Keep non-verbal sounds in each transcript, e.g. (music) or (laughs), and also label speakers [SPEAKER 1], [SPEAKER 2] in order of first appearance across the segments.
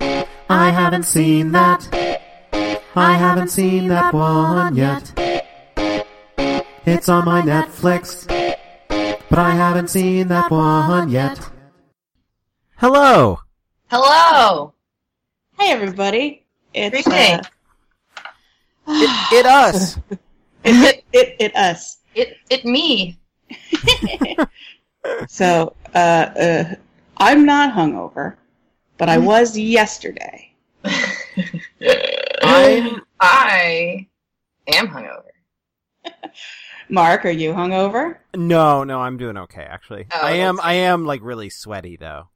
[SPEAKER 1] I haven't seen that. I haven't seen that one yet. It's on my Netflix, but I haven't seen that one yet. Hello.
[SPEAKER 2] Hello.
[SPEAKER 3] Hey everybody. It's
[SPEAKER 2] Big day.
[SPEAKER 3] uh,
[SPEAKER 1] It, it us.
[SPEAKER 3] it, it, it us.
[SPEAKER 2] It it me.
[SPEAKER 3] So uh, uh, I'm not hungover, but I was yesterday.
[SPEAKER 2] I'm I am hungover.
[SPEAKER 3] Mark, are you hungover?
[SPEAKER 1] No, no, I'm doing okay actually.
[SPEAKER 2] Oh,
[SPEAKER 1] I am
[SPEAKER 2] that's-
[SPEAKER 1] I am like really sweaty though.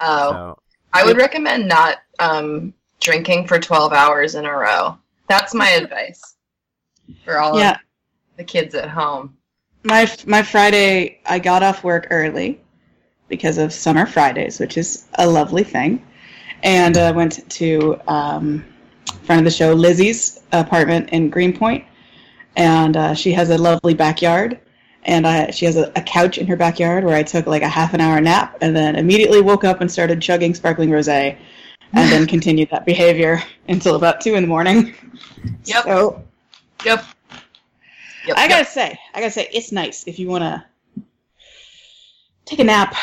[SPEAKER 2] Oh,
[SPEAKER 1] So
[SPEAKER 2] I would recommend not um, drinking for twelve hours in a row. That's my advice for all
[SPEAKER 3] Yeah.
[SPEAKER 2] of the kids at home.
[SPEAKER 3] My my Friday, I got off work early because of summer Fridays, which is a lovely thing, and uh, went to um, friend of the show Lizzie's apartment in Greenpoint, and uh, she has a lovely backyard, and I, she has a, a couch in her backyard where I took like a half an hour nap, and then immediately woke up and started chugging sparkling rosé, and then continued that behavior until about two in the morning.
[SPEAKER 2] Yep.
[SPEAKER 3] So
[SPEAKER 2] Yep. Yep.
[SPEAKER 3] I
[SPEAKER 2] yep.
[SPEAKER 3] gotta say, I gotta say, it's nice if you wanna take a nap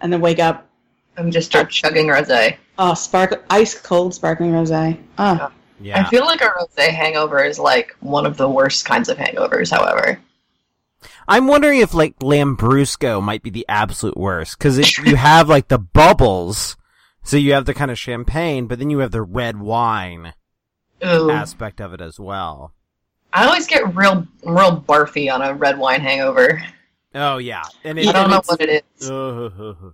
[SPEAKER 3] and then wake up.
[SPEAKER 2] I'm just start chugging rosé.
[SPEAKER 3] Oh, spark ice cold sparkling rosé. Oh,
[SPEAKER 1] yeah.
[SPEAKER 2] I feel like a rosé hangover is like one of the worst kinds of hangovers. However,
[SPEAKER 1] I'm wondering if like Lambrusco might be the absolute worst because
[SPEAKER 2] (laughs)
[SPEAKER 1] you have like the bubbles, so you have the kind of champagne, but then you have the red wine
[SPEAKER 2] ooh,
[SPEAKER 1] aspect of it as well.
[SPEAKER 2] I always get real real barfy on a red wine hangover.
[SPEAKER 1] Oh yeah, and it,
[SPEAKER 2] I don't
[SPEAKER 1] and
[SPEAKER 2] know
[SPEAKER 1] it's-
[SPEAKER 2] what it
[SPEAKER 1] (laughs)
[SPEAKER 2] is.
[SPEAKER 1] Ugh.
[SPEAKER 3] yeah.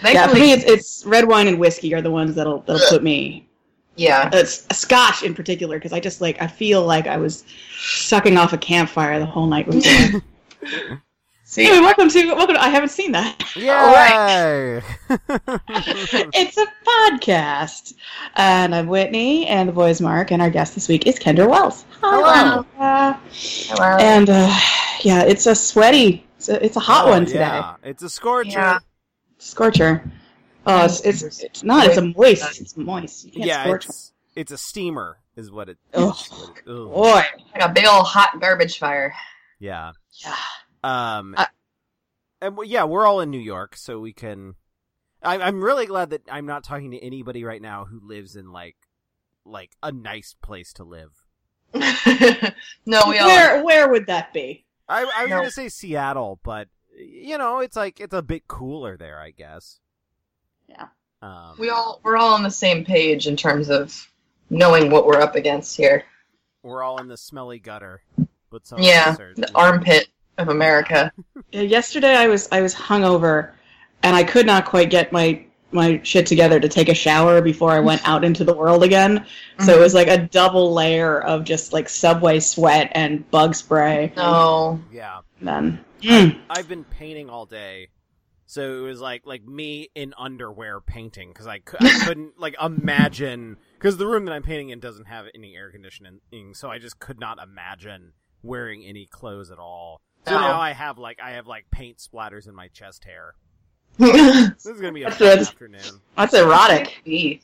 [SPEAKER 3] For
[SPEAKER 2] Thankfully,
[SPEAKER 3] me, it's, it's red wine and whiskey are the ones that'll that'll put me.
[SPEAKER 2] yeah.
[SPEAKER 3] It's Scotch in particular because I just like I feel like I was sucking off a campfire the whole
[SPEAKER 2] (laughs)
[SPEAKER 3] night. Before.
[SPEAKER 2] See,
[SPEAKER 3] anyway, welcome to welcome. To, I haven't
[SPEAKER 2] (laughs)
[SPEAKER 3] seen that.
[SPEAKER 1] Yay!
[SPEAKER 3] it's a podcast, and I'm Whitney, and the boys Mark, and our guest this week is Kendra Wells.
[SPEAKER 1] Hello.
[SPEAKER 3] Kendra.
[SPEAKER 2] Hello.
[SPEAKER 3] And uh, yeah, it's a sweaty, it's a, it's a hot
[SPEAKER 1] Oh,
[SPEAKER 3] one today.
[SPEAKER 1] Yeah, it's a scorcher.
[SPEAKER 2] Yeah.
[SPEAKER 3] Scorcher. Oh, it's, it's it's not. It's a moist. It's moist. You can't
[SPEAKER 1] Yeah,
[SPEAKER 3] scorch.
[SPEAKER 1] it's it's a steamer, is what it.
[SPEAKER 3] Ugh. Oh.
[SPEAKER 1] what it- ugh.
[SPEAKER 3] Boy.
[SPEAKER 2] like a big old hot garbage fire. (laughs)
[SPEAKER 1] Yeah.
[SPEAKER 3] Yeah.
[SPEAKER 1] Um.
[SPEAKER 3] I-
[SPEAKER 1] and well, yeah, we're all in New York, so we can. I, I'm really glad that I'm not talking to anybody right now who lives in like, like a nice place to live.
[SPEAKER 2] no, we all.
[SPEAKER 3] where where would that be?
[SPEAKER 1] I, I was
[SPEAKER 2] No.
[SPEAKER 1] gonna say Seattle, but you know, it's like it's a bit cooler there, I guess.
[SPEAKER 3] Yeah.
[SPEAKER 1] Um,
[SPEAKER 2] We all we're all on the same page in terms of knowing what we're up against here.
[SPEAKER 1] we're all in the smelly gutter, but some
[SPEAKER 2] yeah,
[SPEAKER 1] desert.
[SPEAKER 2] the armpit of America.
[SPEAKER 3] Yeah, Uh, Yesterday I was I was hungover, and I could not quite get my my shit together to take a shower before I went out into the world again. So it was like a double layer of just like subway sweat and bug spray.
[SPEAKER 2] No,
[SPEAKER 1] Yeah,
[SPEAKER 3] And then hmm,
[SPEAKER 1] I've been painting all day, so it was like like me in underwear painting because I, cou- I couldn't like imagine because the room that I'm painting in doesn't have any air conditioning, so I just could not imagine wearing any clothes at all. So
[SPEAKER 2] No.
[SPEAKER 1] now I have like I have like paint splatters in my chest hair. This is gonna be a
[SPEAKER 3] That's
[SPEAKER 1] fun
[SPEAKER 3] good.
[SPEAKER 1] afternoon.
[SPEAKER 3] that's erotic.
[SPEAKER 2] Gee.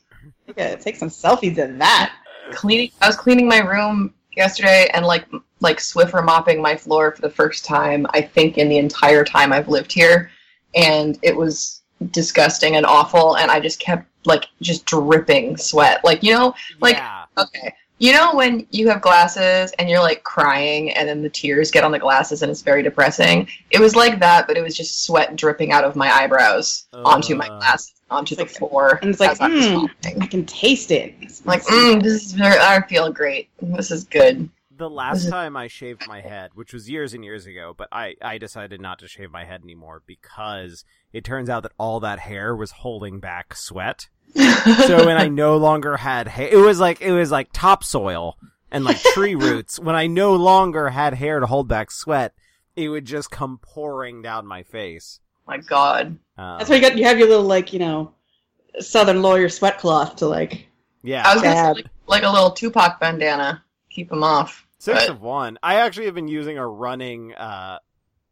[SPEAKER 3] Yeah, take some selfies of that.
[SPEAKER 2] cleaning. I was cleaning my room yesterday and like like Swiffer mopping my floor for the first time I think in the entire time I've lived here, and it was disgusting and awful. And I just kept like just dripping sweat. Like you know, Like-
[SPEAKER 1] yeah.
[SPEAKER 2] okay. You know when you have glasses and you're like crying and then the tears get on the glasses and it's very depressing? It was like that, but it was just sweat dripping out of my eyebrows onto my
[SPEAKER 1] Uh.
[SPEAKER 2] glasses, onto the
[SPEAKER 3] Like-
[SPEAKER 2] floor.
[SPEAKER 3] and it's like,
[SPEAKER 2] as I was
[SPEAKER 3] mm.
[SPEAKER 2] walking.
[SPEAKER 3] I can taste it.
[SPEAKER 2] Like, mm, this is very, I feel great. This is good.
[SPEAKER 1] the last time I shaved my head, which was years and years ago, but I, I decided not to shave my head anymore because it turns out that all that hair was holding back sweat. So when I no longer had hair, it was like it was like topsoil and like
[SPEAKER 2] (laughs)
[SPEAKER 1] tree roots. When I no longer had hair to hold back sweat, it would just come pouring down my face.
[SPEAKER 2] (laughs) my God.
[SPEAKER 1] Um,
[SPEAKER 3] That's why you got you have your little like you know, southern lawyer sweat cloth to like.
[SPEAKER 1] yeah,
[SPEAKER 2] I was going to say,
[SPEAKER 3] Bad.
[SPEAKER 2] like, like a little Tupac bandana. Keep them off.
[SPEAKER 1] Six
[SPEAKER 2] But-
[SPEAKER 1] of one. I actually have been using a running uh,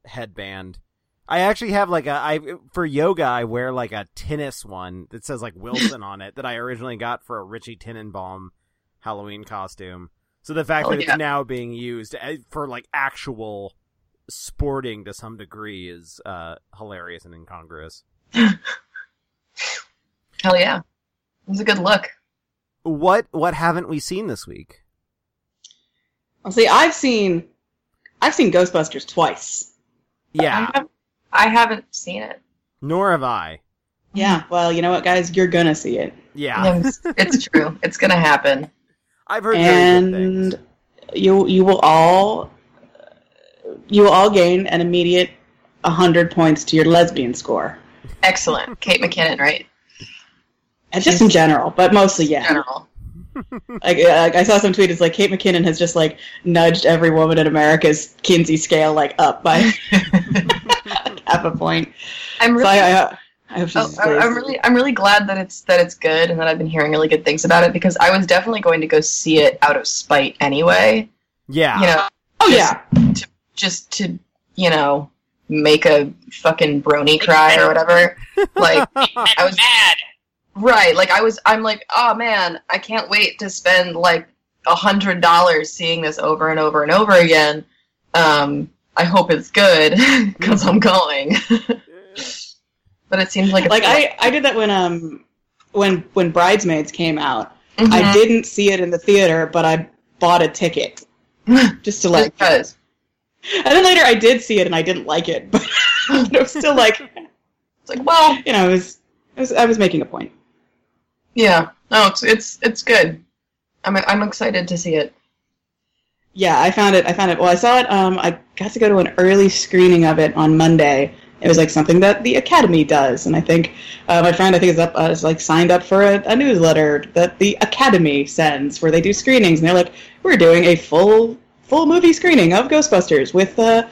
[SPEAKER 1] headband. I actually have like a I for yoga I wear like a tennis one that says like
[SPEAKER 2] (laughs)
[SPEAKER 1] Wilson on it that I originally got for a Richie Tenenbaum Halloween costume. So the fact
[SPEAKER 2] Oh,
[SPEAKER 1] that
[SPEAKER 2] yeah.
[SPEAKER 1] it's now being used eh, for like actual sporting to some degree is uh hilarious and incongruous.
[SPEAKER 2] Hell yeah. It was a good look.
[SPEAKER 1] What what haven't we seen this week?
[SPEAKER 3] Well, see, I've seen, I've seen Ghostbusters twice.
[SPEAKER 1] Yeah,
[SPEAKER 2] I, have, I haven't seen it.
[SPEAKER 1] nor have I.
[SPEAKER 3] Yeah. Mm-hmm. Well, you know what, guys, you're gonna see it,
[SPEAKER 1] Yeah,
[SPEAKER 2] It's, it's true. It's going to happen.
[SPEAKER 1] I've heard very good
[SPEAKER 3] and
[SPEAKER 1] things.
[SPEAKER 3] you you will all, you will all gain an immediate hundred points to your lesbian score,
[SPEAKER 2] Excellent. Kate McKinnon, right?
[SPEAKER 3] and just in general, but mostly yeah.
[SPEAKER 2] General.
[SPEAKER 3] Like, uh, like I saw some tweet. It's like Kate McKinnon has just like nudged every woman in America's Kinsey scale like up by half a point.
[SPEAKER 2] (laughs) I'm
[SPEAKER 3] So
[SPEAKER 2] really.
[SPEAKER 3] I, I, I hope she
[SPEAKER 2] Oh, I-
[SPEAKER 3] stays.
[SPEAKER 2] I'm really, I'm really glad that it's that it's good and that I've been hearing really good things about it because I was definitely going to go see it out of spite anyway.
[SPEAKER 1] Yeah,
[SPEAKER 2] You know,
[SPEAKER 3] oh
[SPEAKER 2] just-
[SPEAKER 3] yeah,
[SPEAKER 2] just to you know make a fucking brony cry or
[SPEAKER 3] (laughs)
[SPEAKER 2] whatever. Like
[SPEAKER 1] (laughs)
[SPEAKER 2] I was mad. Right, like I was. I'm like, oh man, I can't wait to spend like a hundred dollars seeing this over and over and over again. Um, I hope it's good (laughs) because I'm going. (laughs) but it seems like it's
[SPEAKER 3] Mm-hmm. like I, I did that when um when when bridesmaids came out
[SPEAKER 2] Mhm.
[SPEAKER 3] i didn't see it in the theater but i bought
[SPEAKER 2] (laughs)
[SPEAKER 3] a ticket just to like
[SPEAKER 2] Because-
[SPEAKER 3] and then later i did see it and i didn't like it but (laughs) it was still like
[SPEAKER 2] It's like, well,
[SPEAKER 3] you know it was, it was i was making a point
[SPEAKER 2] yeah, no, it's it's it's good. I'm I'm excited to see it.
[SPEAKER 3] yeah i found it i found it well i saw it um i got to go to an early screening of it on monday it was like something that the academy does and i think uh, my friend i think is up uh, is like signed up for a, a newsletter that the academy sends where they do screenings and they're like we're doing a full full movie screening of ghostbusters with uh,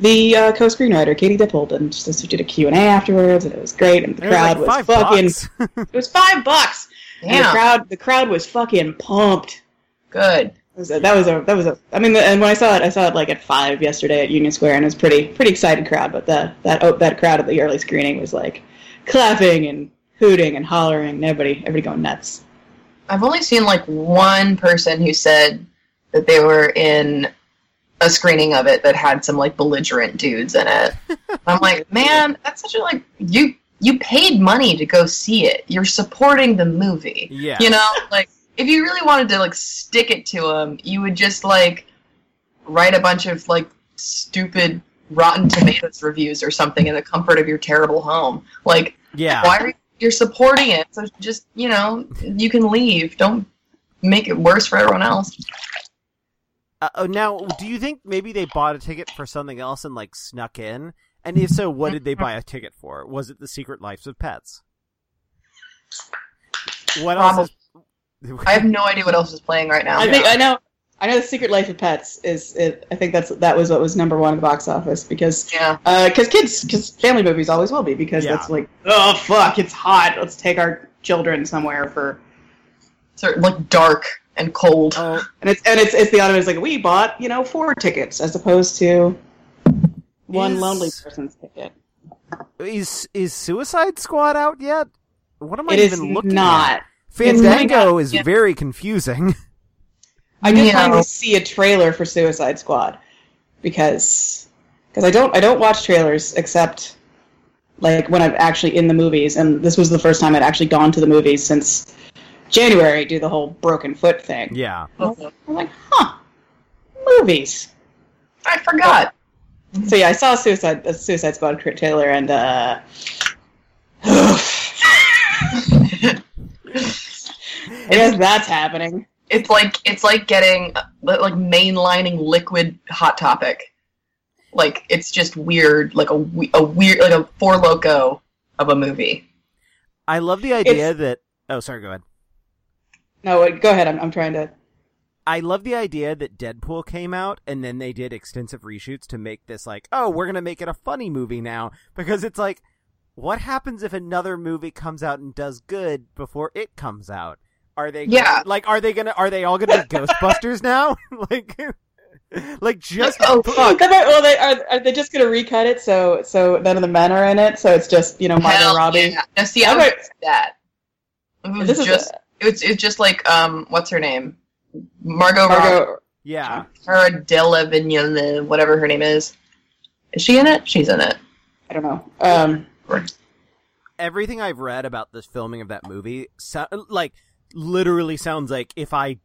[SPEAKER 3] the uh, co-screenwriter katie dippold and so we did a q&a afterwards and it was great and the
[SPEAKER 1] It was
[SPEAKER 3] crowd
[SPEAKER 1] like
[SPEAKER 3] was,
[SPEAKER 1] five
[SPEAKER 3] fucking
[SPEAKER 1] bucks.
[SPEAKER 3] (laughs) it was five bucks and the
[SPEAKER 2] Yeah,
[SPEAKER 3] crowd the crowd was fucking pumped
[SPEAKER 2] good.
[SPEAKER 3] that was a, that was a that was a I mean and when I saw it I saw it like at five yesterday at Union Square and it was pretty pretty excited crowd but the that oh, that crowd at the early screening was like clapping and hooting and hollering and everybody everybody going nuts
[SPEAKER 2] I've only seen like one person who said that they were in a screening of it that had some like belligerent dudes in it. I'm like, man, that's such a like you you paid money to go see it. You're supporting the movie.
[SPEAKER 1] yeah,
[SPEAKER 2] You know, like if you really wanted to like stick it to them, you would just like write a bunch of like stupid Rotten Tomatoes reviews or something in the comfort of your terrible home. Like
[SPEAKER 1] yeah.
[SPEAKER 2] why are you you're supporting it? So just you know, you can leave. Don't make it worse for everyone else.
[SPEAKER 1] Uh, oh, now, do you think maybe they bought a ticket for something else and like snuck in? And if so, what did they buy a ticket for? Was it the Secret Lives of Pets? What else? Is...
[SPEAKER 2] I have no idea what else is playing right now.
[SPEAKER 3] I think I know I know the Secret Life of Pets is it, I think that's that was what was number one in the box office because
[SPEAKER 2] yeah,
[SPEAKER 3] because kids because family movies always will be because
[SPEAKER 1] Yeah.
[SPEAKER 3] that's like oh fuck it's hot let's take our children somewhere for
[SPEAKER 2] sort of like dark and cold.
[SPEAKER 1] Oh,
[SPEAKER 3] And it's and it's it's the automatic like we bought you know four tickets as opposed to one
[SPEAKER 1] Is-
[SPEAKER 3] lonely person's ticket.
[SPEAKER 1] is is Suicide Squad out yet? What am I
[SPEAKER 3] It is
[SPEAKER 1] even looking
[SPEAKER 3] not.
[SPEAKER 1] at? Fandango
[SPEAKER 3] not
[SPEAKER 1] is
[SPEAKER 2] yet.
[SPEAKER 1] very confusing. (laughs)
[SPEAKER 3] I did
[SPEAKER 2] Yeah.
[SPEAKER 3] finally see a trailer for Suicide Squad because because I don't I don't watch trailers except like when I'm actually in the movies and this was the first time I'd actually gone to the movies since January do the whole broken foot thing.
[SPEAKER 1] yeah,
[SPEAKER 3] I'm like, huh, movies.
[SPEAKER 2] I forgot. (laughs)
[SPEAKER 3] So yeah, I saw a Suicide a Suicide Squad tra- trailer and uh, (sighs) I guess that's happening.
[SPEAKER 2] It's like it's like getting uh, like mainlining liquid hot topic. Like it's just weird, like a we- a weird like a four loco of a movie.
[SPEAKER 1] I love the idea that. Oh, sorry. Go ahead.
[SPEAKER 3] No, wait, go ahead. I'm, I'm trying to.
[SPEAKER 1] I love the idea that Deadpool came out and then they did extensive reshoots to make this like, oh, we're gonna make it a funny movie now because it's like, what happens if another movie comes out and does good before it comes out? Are they gonna,
[SPEAKER 2] Yeah.
[SPEAKER 3] (laughs)
[SPEAKER 1] (laughs) like are they gonna are they all gonna be Ghostbusters now? like like just
[SPEAKER 2] Oh,
[SPEAKER 1] put-
[SPEAKER 3] They might- well, they are, are they just going to recut it so so none of the men are in it? So it's just you know Margot
[SPEAKER 2] Hell
[SPEAKER 3] Robbie.
[SPEAKER 2] yeah. Now, see,
[SPEAKER 3] I
[SPEAKER 2] I
[SPEAKER 3] would-
[SPEAKER 2] would that. It was
[SPEAKER 3] This is
[SPEAKER 2] just it's it's just like um, what's her name, Margot, Robbie,
[SPEAKER 3] Margot.
[SPEAKER 1] yeah.
[SPEAKER 2] Cara Delevingne, whatever her name is. Is she in it? She's in it.
[SPEAKER 3] I don't know. Um,
[SPEAKER 1] Everything I've read about this filming of that movie, so, like literally sounds like if I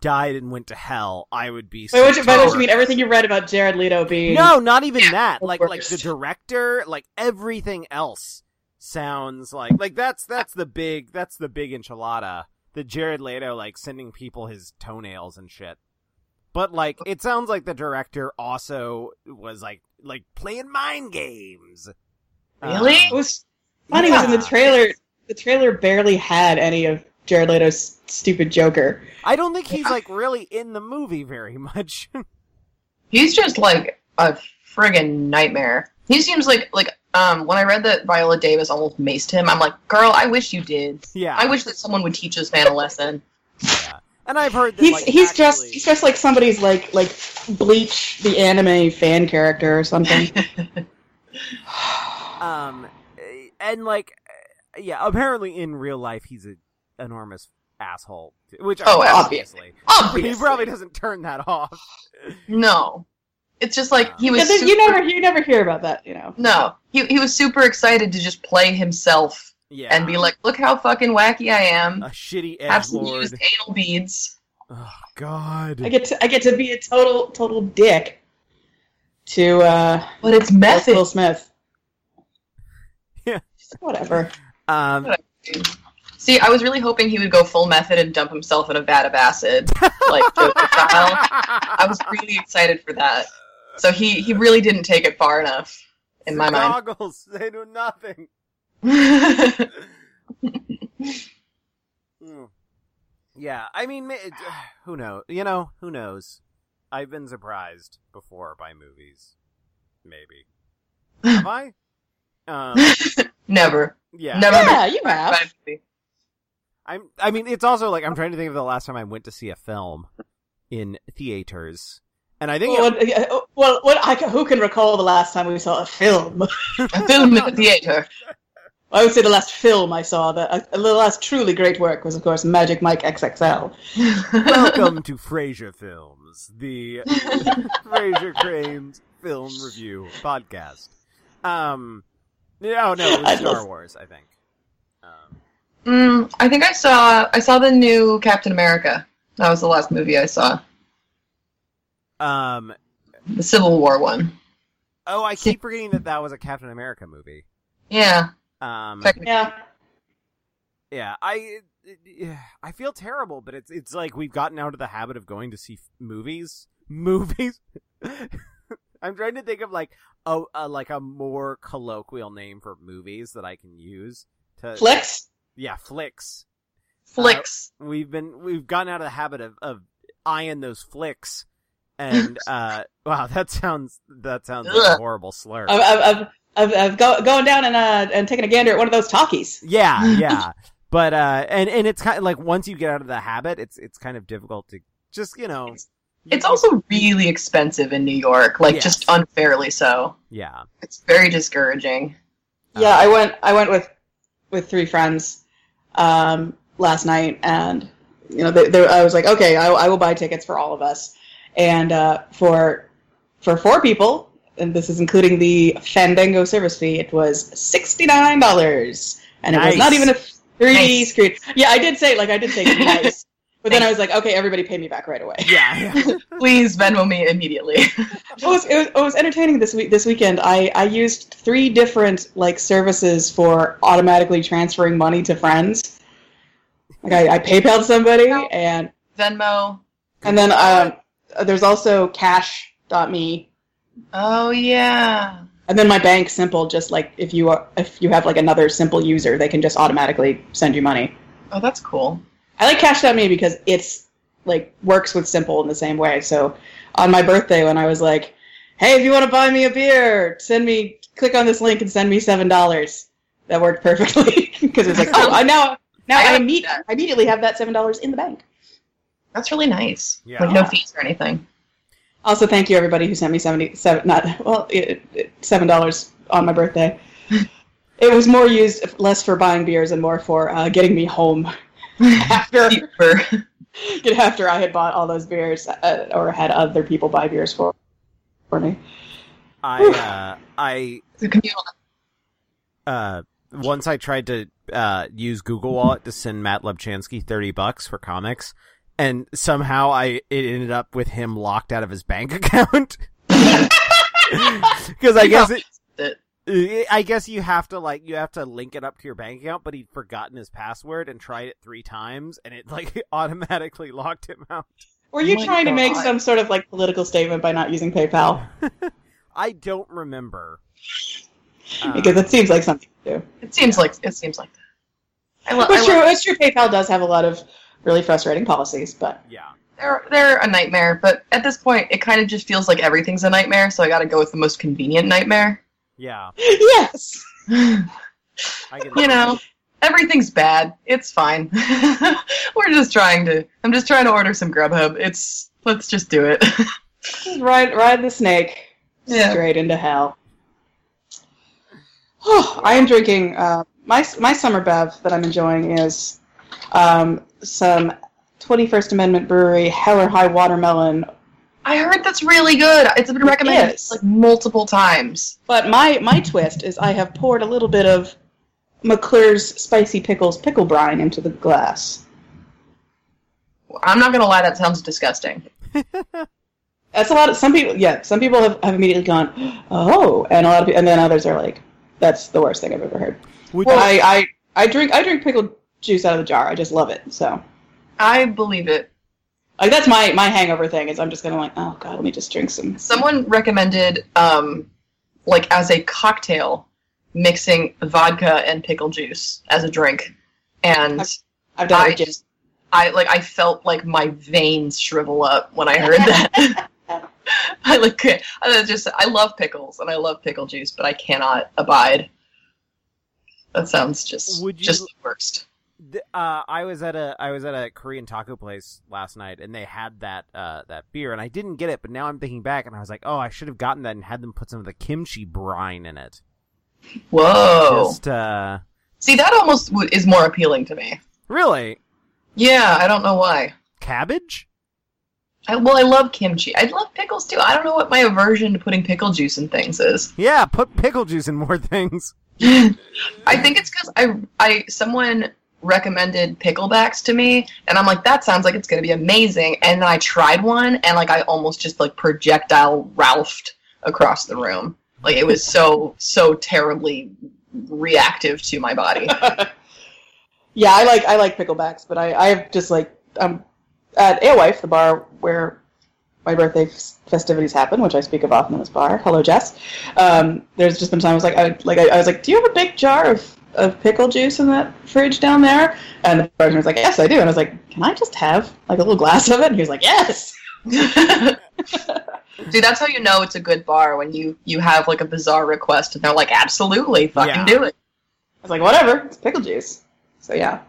[SPEAKER 1] died and went to hell, I would be.
[SPEAKER 3] wait, what you, by
[SPEAKER 1] so
[SPEAKER 3] which you mean everything you read about Jared Leto being?
[SPEAKER 1] No, not even
[SPEAKER 2] Yeah,
[SPEAKER 1] that.
[SPEAKER 2] the
[SPEAKER 1] Like like the
[SPEAKER 2] worst.
[SPEAKER 1] director, like everything else sounds like like that's that's the big that's the big enchilada. The Jared Leto like sending people his toenails and shit. But like it sounds like the director also was like like playing mind games. Um,
[SPEAKER 2] Really?
[SPEAKER 3] It was funny was in the
[SPEAKER 1] Yeah.
[SPEAKER 3] trailer. The trailer barely had any of Jared Leto's stupid Joker.
[SPEAKER 1] I don't think he's like really in the movie very (laughs) much.
[SPEAKER 2] He's just like a friggin' nightmare. He seems like like um when I read that Viola Davis almost maced him, I'm like, girl, I wish you did.
[SPEAKER 1] yeah.
[SPEAKER 2] I wish that someone would teach this man a lesson.
[SPEAKER 1] and I've heard that
[SPEAKER 3] He's
[SPEAKER 1] like,
[SPEAKER 3] he's dressed
[SPEAKER 1] actually-
[SPEAKER 3] he's dressed like somebody's like like Bleach the anime fan character
[SPEAKER 2] (laughs)
[SPEAKER 3] or something.
[SPEAKER 1] Um, eh, and like, eh, yeah, apparently in real life he's an enormous asshole, too, which
[SPEAKER 2] Oh,
[SPEAKER 1] obviously,
[SPEAKER 2] Obviously,
[SPEAKER 1] he probably doesn't turn that off.
[SPEAKER 2] Oh, no. It's just like he was.
[SPEAKER 3] Yeah,
[SPEAKER 2] super,
[SPEAKER 3] you never you never hear about that, you know.
[SPEAKER 2] No, he he was super excited to just play himself
[SPEAKER 1] Yeah,
[SPEAKER 2] and be like, look how fucking wacky I am.
[SPEAKER 1] a shitty
[SPEAKER 2] Have
[SPEAKER 1] edge
[SPEAKER 2] some used
[SPEAKER 1] lord.
[SPEAKER 2] anal beads.
[SPEAKER 1] Oh God,
[SPEAKER 3] I get to I get to be a total total dick to uh
[SPEAKER 2] But it's
[SPEAKER 3] Will
[SPEAKER 2] method.
[SPEAKER 3] Smith.
[SPEAKER 1] (laughs) Yeah.
[SPEAKER 3] Whatever.
[SPEAKER 1] um,
[SPEAKER 2] See, I was really hoping he would go full method and dump himself in a vat of acid, like
[SPEAKER 1] (laughs)
[SPEAKER 2] Joker style. I was really excited for that. So he he really didn't take it far enough in my mind. (laughs)
[SPEAKER 1] goggles they do nothing. Mm. Yeah, I mean, ma- it- (sighs) who knows? You know, who knows? I've been surprised before by movies.
[SPEAKER 2] (laughs)
[SPEAKER 1] Maybe have I? Um,
[SPEAKER 2] Never.
[SPEAKER 1] yeah,
[SPEAKER 2] Never.
[SPEAKER 3] Yeah, you have.
[SPEAKER 2] Bye.
[SPEAKER 1] I'm. I mean, it's also like I'm trying to think of the last time I went to see a film in theaters, and I think it-
[SPEAKER 3] Well, what- oh, well, what I, ca- who can recall the last time we saw a film?
[SPEAKER 2] A film in the theater.
[SPEAKER 3] I would say the last film I saw, that uh, the last truly great work was, of course, Magic Mike XXL. (laughs)
[SPEAKER 1] welcome to Frasier Films, the Frasier Cranes film review podcast. Um, yeah, oh no, it
[SPEAKER 3] I
[SPEAKER 1] was Star
[SPEAKER 3] love-
[SPEAKER 1] Wars, I think. Um,
[SPEAKER 2] Mm, I think I saw I saw the new Captain America. That was the last movie I saw,
[SPEAKER 1] um,
[SPEAKER 2] the Civil War one.
[SPEAKER 1] oh, I keep forgetting that that was a Captain America movie.
[SPEAKER 2] Yeah,
[SPEAKER 1] Um,
[SPEAKER 2] technically.
[SPEAKER 3] Yeah.
[SPEAKER 1] Yeah, I yeah, I feel terrible, but it's it's like we've gotten out of the habit of going to see f- movies. (laughs) Movies. I'm trying to think of like a, a like a more colloquial name for movies that I can use to
[SPEAKER 3] Flicks?
[SPEAKER 1] yeah flicks.
[SPEAKER 2] flicks.
[SPEAKER 1] We've been we've gotten out of the habit of of eyeing those flicks, and uh wow that sounds that sounds like a
[SPEAKER 2] Ugh.
[SPEAKER 1] horrible slur.
[SPEAKER 3] Of, of, of, of, of go, going down and, uh, and taking a gander at one of those talkies.
[SPEAKER 1] Yeah, yeah. but uh and and it's kind of like once you get out of the habit, it's it's kind of difficult to just, you know.
[SPEAKER 2] It's also really expensive in New York, like
[SPEAKER 1] Yes.
[SPEAKER 2] just unfairly so.
[SPEAKER 1] yeah.
[SPEAKER 2] It's very discouraging.
[SPEAKER 3] Yeah, I went I went with with three friends um, last night, and you know, they, they, I was like, okay, I, I will buy tickets for all of us, and uh, for for four people, and this is including the Fandango service fee. It was sixty nine dollars, and it was not
[SPEAKER 1] Nice.
[SPEAKER 3] even a three D
[SPEAKER 2] Nice.
[SPEAKER 3] screen. Yeah, I did say like I did say nice, but then I was like, okay, everybody pay me back right away.
[SPEAKER 1] Yeah. (laughs) yeah.
[SPEAKER 2] Please Venmo me immediately. (laughs)
[SPEAKER 3] It was, it was it was entertaining this week this weekend. I I used three different like services for automatically transferring money to friends. Like I, I PayPal somebody and
[SPEAKER 2] Venmo.
[SPEAKER 3] and then um there's also cash.me
[SPEAKER 2] Oh yeah.
[SPEAKER 3] and then my bank simple just like if you are if you have like another simple user they can just automatically send you money.
[SPEAKER 2] Oh, that's cool.
[SPEAKER 3] I like Cash.me because it's like works with Simple in the same way. So on my birthday, when I was like, "Hey, if you want to buy me a beer, send me click on this link and send me seven dollars," that worked perfectly (laughs) because it's like, "Oh, I now now
[SPEAKER 2] I
[SPEAKER 3] I,
[SPEAKER 2] gotta do
[SPEAKER 3] imme-
[SPEAKER 2] that.
[SPEAKER 3] I immediately have that seven dollars in the bank."
[SPEAKER 2] That's really nice.
[SPEAKER 1] Yeah.
[SPEAKER 2] Like no fees or anything.
[SPEAKER 3] Also, thank you everybody who sent me seventy seven not well it, it, seven dollars on my birthday. it was more used less for buying beers and more for uh, getting me home after
[SPEAKER 2] Cheaper.
[SPEAKER 3] (laughs) get after I had bought all those beers uh, or had other people buy beers for for me.
[SPEAKER 1] I uh, I
[SPEAKER 2] The communal-
[SPEAKER 1] uh, once I tried to uh, use Google Wallet to send Matt Lebchansky thirty bucks for comics, and somehow I it ended up with him locked out of his bank (laughs) account because I guess it.
[SPEAKER 2] That-
[SPEAKER 1] I guess you have to like you have to link it up to your bank account, but he'd forgotten his password and tried it three times, and it like (laughs) automatically locked him out.
[SPEAKER 3] Were you
[SPEAKER 2] Oh my
[SPEAKER 3] trying to make
[SPEAKER 2] God.
[SPEAKER 3] some sort of like political statement by not using PayPal?
[SPEAKER 1] I don't remember.
[SPEAKER 3] because it seems like something to do.
[SPEAKER 2] It seems like it seems like that. I, lo- I
[SPEAKER 3] It's true.
[SPEAKER 2] love-
[SPEAKER 3] It's true. PayPal does have a lot of really frustrating policies, but
[SPEAKER 2] (laughs)
[SPEAKER 1] Um, yeah.
[SPEAKER 2] they're they're a nightmare, but at this point, it kind of just feels like everything's a nightmare. So I got to go with the most convenient nightmare.
[SPEAKER 1] Yeah.
[SPEAKER 3] yes.
[SPEAKER 2] you
[SPEAKER 1] I can
[SPEAKER 2] know, everything's bad. It's fine. (laughs) We're just trying to. I'm just trying to order some Grubhub. It's let's just do it. (laughs)
[SPEAKER 3] Just ride ride the snake
[SPEAKER 2] Yeah.
[SPEAKER 3] straight into hell. Oh, I am drinking uh, my my summer bev that I'm enjoying is um, some 21st Amendment Brewery Heller High Watermelon.
[SPEAKER 2] I heard that's really good. It's been recommended
[SPEAKER 3] is.
[SPEAKER 2] like multiple times.
[SPEAKER 3] But my my twist is I have poured a little bit of McClure's spicy pickles pickle brine into the glass.
[SPEAKER 2] I'm not gonna lie, that sounds disgusting.
[SPEAKER 3] That's a lot of some people. Yeah, some people have, have immediately gone, oh, and a lot of pe- and then others are like, that's the worst thing I've ever heard.
[SPEAKER 1] Would
[SPEAKER 3] Well, I, I I drink I drink pickle juice out of the jar. I just love it. So
[SPEAKER 2] I believe it.
[SPEAKER 3] like that's my my hangover thing is I'm just gonna like oh god let me just drink some.
[SPEAKER 2] Someone recommended, um, like as a cocktail, mixing vodka and pickle juice as a drink, and
[SPEAKER 3] I've done it
[SPEAKER 2] I
[SPEAKER 3] with gin.
[SPEAKER 2] I like I felt like my veins shrivel up when I heard that. (laughs) I like I was just I love pickles and I love pickle juice, but I cannot abide. That sounds just
[SPEAKER 1] Would you-
[SPEAKER 2] just the worst.
[SPEAKER 1] Th- uh, I was at a I was at a Korean taco place last night, and they had that uh, that beer, and I didn't get it. But now I'm thinking back, and I was like, oh, I should have gotten that and had them put some of the kimchi brine in it.
[SPEAKER 3] Oh.
[SPEAKER 2] Whoa!
[SPEAKER 1] Just uh,
[SPEAKER 2] See, that almost w- is more appealing to me.
[SPEAKER 1] really
[SPEAKER 2] Yeah, I don't know why.
[SPEAKER 1] cabbage.
[SPEAKER 2] I, well, I love kimchi. I love pickles too. I don't know what my aversion to putting pickle juice in things is.
[SPEAKER 1] Yeah, put pickle juice in more (laughs) things.
[SPEAKER 2] I think it's because I, I someone recommended picklebacks to me, and I'm like, that sounds like it's gonna be amazing. And then I tried one, and like I almost just like projectile Ralphed across the room. Like it was so (laughs) so terribly reactive to my body.
[SPEAKER 3] yeah, I like I like picklebacks, but I I've just like I'm at Airwife, the bar where my birthday f- festivities happen, which I speak of often in this bar. Hello, Jess. Um, there's just been times like I like I, I was like, do you have a big jar of of pickle juice in that fridge down there? And the bartender was like, yes, I do. And I was like, can I just have like a little glass of it? And he was like, yes. (laughs)
[SPEAKER 2] Dude, that's how you know it's a good bar when you you have like a bizarre request, and they're like, absolutely, fucking
[SPEAKER 1] Yeah.
[SPEAKER 2] do it.
[SPEAKER 3] I was like, whatever, it's pickle juice. So yeah,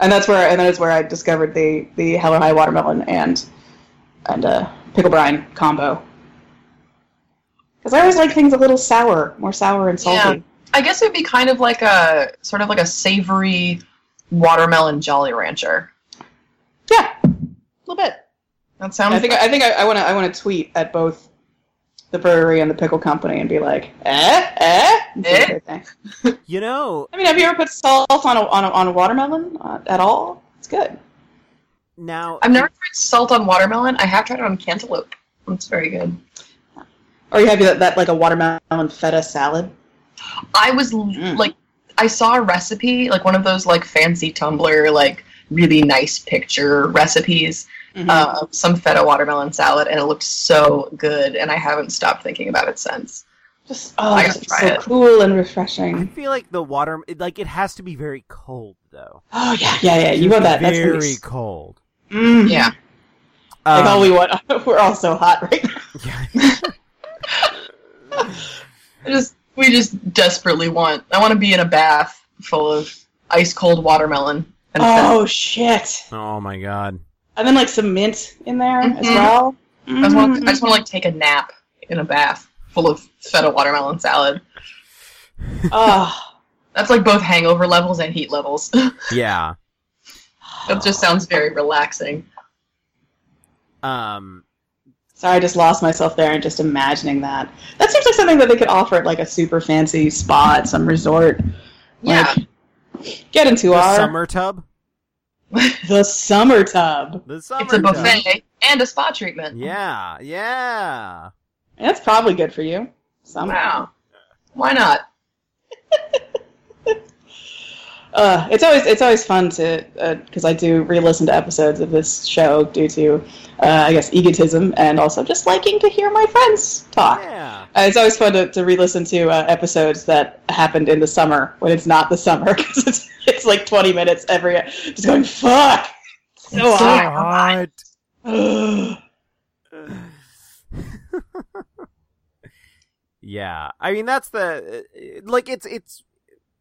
[SPEAKER 3] and that's where and that is where I discovered the the Hell or High watermelon and and uh, pickle brine combo. Because I always like things a little sour, more sour and salty.
[SPEAKER 2] I guess it would be kind of like a sort of like a savory watermelon Jolly Rancher.
[SPEAKER 3] Yeah, a little bit.
[SPEAKER 2] That
[SPEAKER 3] And
[SPEAKER 2] sounds.
[SPEAKER 3] I think I think I- I want to I want to tweet at both the brewery and the pickle company and be like, eh, eh. and see what
[SPEAKER 2] Eh?
[SPEAKER 3] they think.
[SPEAKER 1] You know,
[SPEAKER 3] I mean, have you ever put salt on a on a, on a watermelon uh, at all? It's good.
[SPEAKER 1] now
[SPEAKER 2] I've never tried salt on watermelon. I have tried it on cantaloupe. It's very good.
[SPEAKER 3] Or you have that, that like a watermelon feta salad.
[SPEAKER 2] I was l
[SPEAKER 3] Mm.
[SPEAKER 2] like, I saw a recipe, like one of those like fancy Tumblr, like really nice picture recipes uh, of some feta watermelon salad, and it looked so good, and I haven't stopped thinking about it since.
[SPEAKER 3] Just oh,
[SPEAKER 2] I gotta
[SPEAKER 3] just
[SPEAKER 2] try
[SPEAKER 3] so
[SPEAKER 2] it.
[SPEAKER 3] cool and
[SPEAKER 1] I
[SPEAKER 3] refreshing.
[SPEAKER 1] feel like the water it- like it has to be very cold though.
[SPEAKER 3] Oh yeah, yeah, yeah. You want that? That's
[SPEAKER 1] very
[SPEAKER 3] gonna be,
[SPEAKER 1] cold.
[SPEAKER 3] mm,
[SPEAKER 2] Yeah,
[SPEAKER 3] Like
[SPEAKER 1] Um,
[SPEAKER 3] all we want. (laughs) We're all so hot right now.
[SPEAKER 1] (laughs)
[SPEAKER 2] I just we just desperately want. I want to be in a bath full of ice cold watermelon. And feta.
[SPEAKER 3] Oh shit!
[SPEAKER 1] oh my god.
[SPEAKER 3] And then like some mint in there as
[SPEAKER 2] Mhm.
[SPEAKER 3] well.
[SPEAKER 2] I just want, I just
[SPEAKER 3] Mm-hmm.
[SPEAKER 2] want to like take a nap in a bath full of feta watermelon salad.
[SPEAKER 3] oh,
[SPEAKER 2] That's like both hangover levels and heat levels. (laughs)
[SPEAKER 1] Yeah.
[SPEAKER 2] that just sounds very relaxing.
[SPEAKER 1] Um,
[SPEAKER 3] sorry, I just lost myself there and just imagining that. That seems like something that they could offer at like a super fancy spa at some resort.
[SPEAKER 2] Yeah.
[SPEAKER 3] Like, get into
[SPEAKER 1] the
[SPEAKER 3] our
[SPEAKER 1] summer tub.
[SPEAKER 3] the summer tub.
[SPEAKER 1] The summer.
[SPEAKER 2] it's a
[SPEAKER 1] tub.
[SPEAKER 2] buffet and a spa treatment.
[SPEAKER 1] Yeah. Yeah.
[SPEAKER 3] That's probably good for you. Somehow.
[SPEAKER 2] Wow. Why not?
[SPEAKER 3] Uh, it's always it's always fun to because I do re-listen to episodes of this show due to uh, I guess egotism and also just liking to hear my friends
[SPEAKER 2] Ah.
[SPEAKER 3] talk.
[SPEAKER 1] Yeah.
[SPEAKER 3] Uh, it's always fun to, to re-listen to uh, episodes that happened in the summer when it's not the summer (laughs) because it's, it's like 20 minutes every just going fuck so
[SPEAKER 2] It's so
[SPEAKER 3] (gasps) hot.
[SPEAKER 1] hot.
[SPEAKER 3] Ugh.
[SPEAKER 1] (laughs) yeah. I mean, that's the uh, like it's it's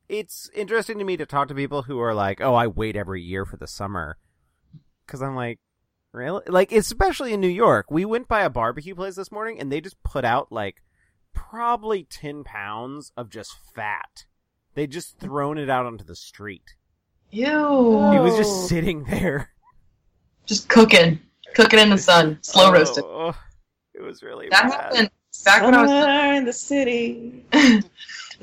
[SPEAKER 1] it's interesting to me to talk to people who are like, "Oh, I wait every year for the summer." Cuz I'm like, really? Like especially in New York. We went by a barbecue place this morning and they just put out like probably 10 pounds of just fat. They just thrown it out onto the street. It
[SPEAKER 2] Ew.
[SPEAKER 1] was
[SPEAKER 3] Oh.
[SPEAKER 1] just sitting there.
[SPEAKER 2] Just cooking. Cooking in the sun. Slow roasted.
[SPEAKER 1] Oh, oh. it was really
[SPEAKER 2] That
[SPEAKER 1] bad.
[SPEAKER 2] happened back when I was
[SPEAKER 3] Summer in the city
[SPEAKER 2] I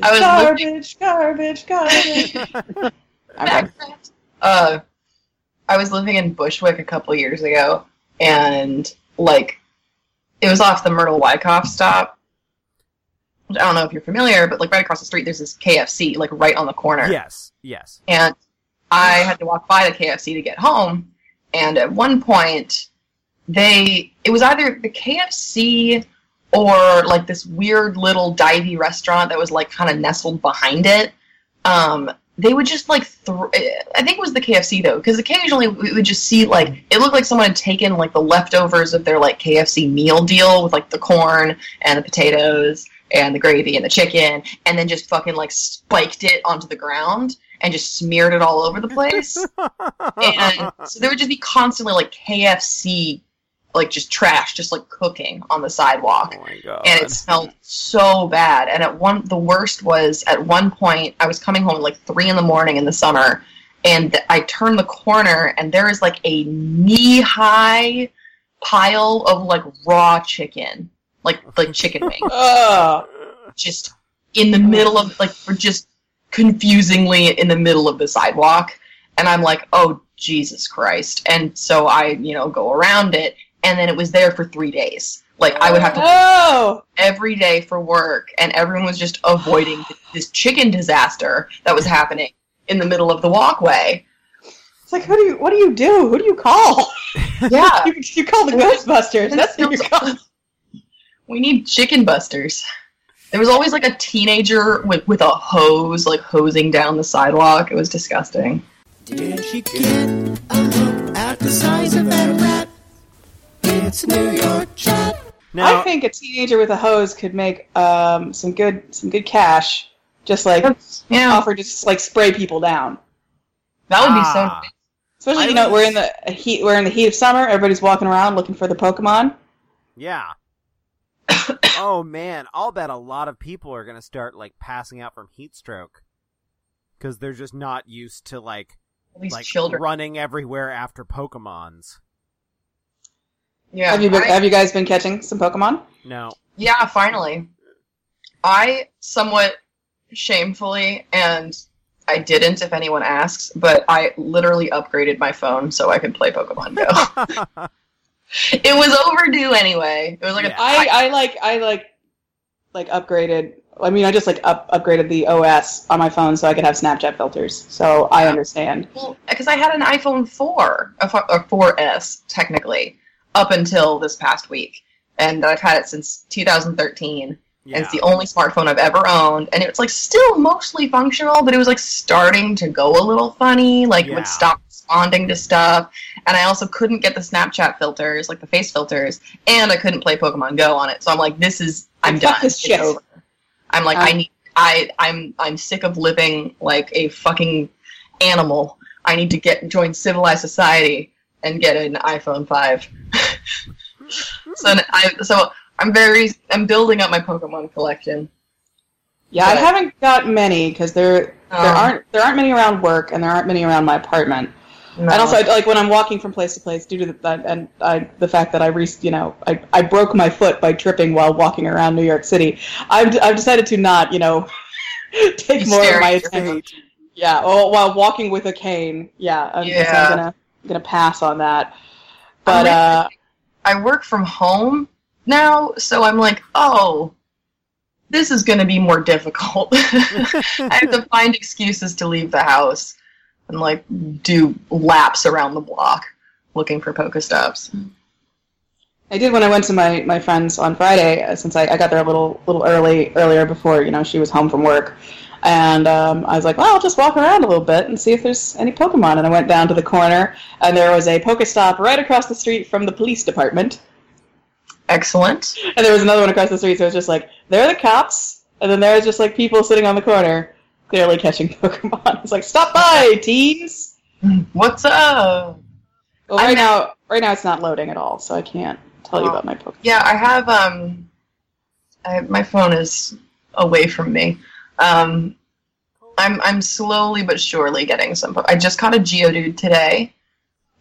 [SPEAKER 2] was
[SPEAKER 3] garbage garbage garbage (laughs) okay.
[SPEAKER 2] uh, I was living in Bushwick a couple years ago, and like it was off the Myrtle Wyckoff stop. I don't know if you're familiar, but like right across the street, there's this KFC like right on the corner.
[SPEAKER 1] Yes. Yes.
[SPEAKER 2] And I had to walk by the KFC to get home. And at one point, they it was either the KFC or like this weird little divey restaurant that was like kind of nestled behind it. Um, they would just like throw. I think it was the KFC though, because occasionally we would just see like it looked like someone had taken like the leftovers of their like KFC meal deal with like the corn and the potatoes and the gravy and the chicken, and then just fucking like spiked it onto the ground and just smeared it all over the place
[SPEAKER 1] (laughs)
[SPEAKER 2] and so there would just be constantly like KFC, like just trash, just like cooking on the sidewalk,
[SPEAKER 1] Oh my god.
[SPEAKER 2] and it smelled so bad. And at one, the worst was at one point I was coming home at like three in the morning in the summer, and I turned the corner and there is like a knee high pile of like raw chicken, like like chicken wings
[SPEAKER 3] oh
[SPEAKER 2] just in the middle of like we're just confusingly in the middle of the sidewalk and i'm like oh jesus christ and so i you know go around it and then it was there for three days like i would have to leave
[SPEAKER 3] oh
[SPEAKER 2] every day for work and everyone was just avoiding this chicken disaster that was happening in the middle of the walkway
[SPEAKER 3] it's like who do you what do you do who do you call (laughs)
[SPEAKER 2] yeah
[SPEAKER 3] you, you call the Ghostbusters that's who you call
[SPEAKER 2] we need chicken busters there was always like a teenager with, with a hose like hosing down the sidewalk it was disgusting
[SPEAKER 4] Did she get a look at the size of that rat? It's New York chat.
[SPEAKER 1] now,
[SPEAKER 3] I think a teenager with a hose could make um, some good some good cash. Just like
[SPEAKER 2] yeah
[SPEAKER 3] offer to just like spray people down.
[SPEAKER 2] That would be so.
[SPEAKER 1] Ah.
[SPEAKER 2] nice.
[SPEAKER 3] Especially
[SPEAKER 1] I
[SPEAKER 3] you know
[SPEAKER 1] was-
[SPEAKER 3] we're in the heat we're in the heat of summer. Everybody's walking around looking for the Pokemon.
[SPEAKER 1] yeah.
[SPEAKER 2] (coughs)
[SPEAKER 1] oh man, I'll bet a lot of people are gonna start like passing out from heat stroke because they're just not used to like
[SPEAKER 2] All these
[SPEAKER 1] like
[SPEAKER 2] children.
[SPEAKER 1] running everywhere after Pokemon's.
[SPEAKER 2] Yeah.
[SPEAKER 3] Have you been,
[SPEAKER 2] I-
[SPEAKER 3] have you guys been catching some Pokemon?
[SPEAKER 1] No, (laughs)
[SPEAKER 2] yeah. Finally, I somewhat shamefully, and I didn't, if anyone asks, but I literally upgraded my phone so I could play Pokemon
[SPEAKER 3] (laughs)
[SPEAKER 2] Go. it was overdue anyway. It was like
[SPEAKER 1] Yeah.
[SPEAKER 3] I, I like I like like upgraded. I mean, I just like up, upgraded the OS on my phone so I could have Snapchat filters. So I understand.
[SPEAKER 2] a because I had an iPhone four, a fo- a 4S technically, up until this past week, and I've had it since 2013.
[SPEAKER 1] yeah,
[SPEAKER 2] And it's the only smartphone I've ever owned. And it's like still mostly functional, but it was like starting to go a little funny. Like it
[SPEAKER 1] Yeah.
[SPEAKER 2] would stop responding to stuff. And I also couldn't get the Snapchat filters, like the face filters, and I couldn't play Pokemon Go on it. So I'm like, this is I'm
[SPEAKER 3] Fuck
[SPEAKER 2] done.
[SPEAKER 3] this
[SPEAKER 2] It's
[SPEAKER 3] shit.
[SPEAKER 2] over. I'm like,
[SPEAKER 3] Um,
[SPEAKER 2] I need I I'm I'm sick of living like a fucking animal. I need to get join civilized society and get an iPhone five. (laughs) So I so I'm very I'm building up my Pokemon collection.
[SPEAKER 3] Yeah, I
[SPEAKER 2] But-
[SPEAKER 3] haven't got many because there there
[SPEAKER 2] Um,
[SPEAKER 3] aren't there aren't many around work and there aren't many around my apartment.
[SPEAKER 2] No.
[SPEAKER 3] And also, I- like when I'm walking from place to place, due to the, that- and I, the fact that I, re- you know, I, I broke my foot by tripping while walking around New York City. I've, I've decided to not, you know, (laughs) take
[SPEAKER 2] Be
[SPEAKER 3] more of
[SPEAKER 2] staring
[SPEAKER 3] my
[SPEAKER 2] at your
[SPEAKER 3] attention. Yeah, or while walking with a cane. Yeah, I'm, so
[SPEAKER 2] Yeah.
[SPEAKER 3] I'm gonna I'm gonna pass on that.
[SPEAKER 2] I'm
[SPEAKER 3] But uh,
[SPEAKER 2] I work from home now, so I'm like, oh, this is going to be more difficult. (laughs) I have to find excuses to leave the house and like do laps around the block looking for Pokestops.
[SPEAKER 3] I did when I went to my, my friend's on Friday, uh, since I, I got there a little little early earlier before you know she was home from work, and um, I was like, well, I'll just walk around a little bit and see if there's any Pokemon. And I went down to the corner, and there was a Pokestop right across the street from the police department,
[SPEAKER 2] Excellent.
[SPEAKER 3] and there was another one across the street. So it was just like there are the cops, and then there's just like people sitting on the corner, clearly catching (laughs) Pokemon. It's like stop by, teens.
[SPEAKER 2] What's up?
[SPEAKER 3] Well, right
[SPEAKER 2] I'm-
[SPEAKER 3] now, right now it's not loading at all, so I can't tell you about my Pokemon.
[SPEAKER 2] Yeah, I have. Um, I, my phone is away from me. Um, I'm I'm slowly but surely getting some. po- I just caught a Geodude today.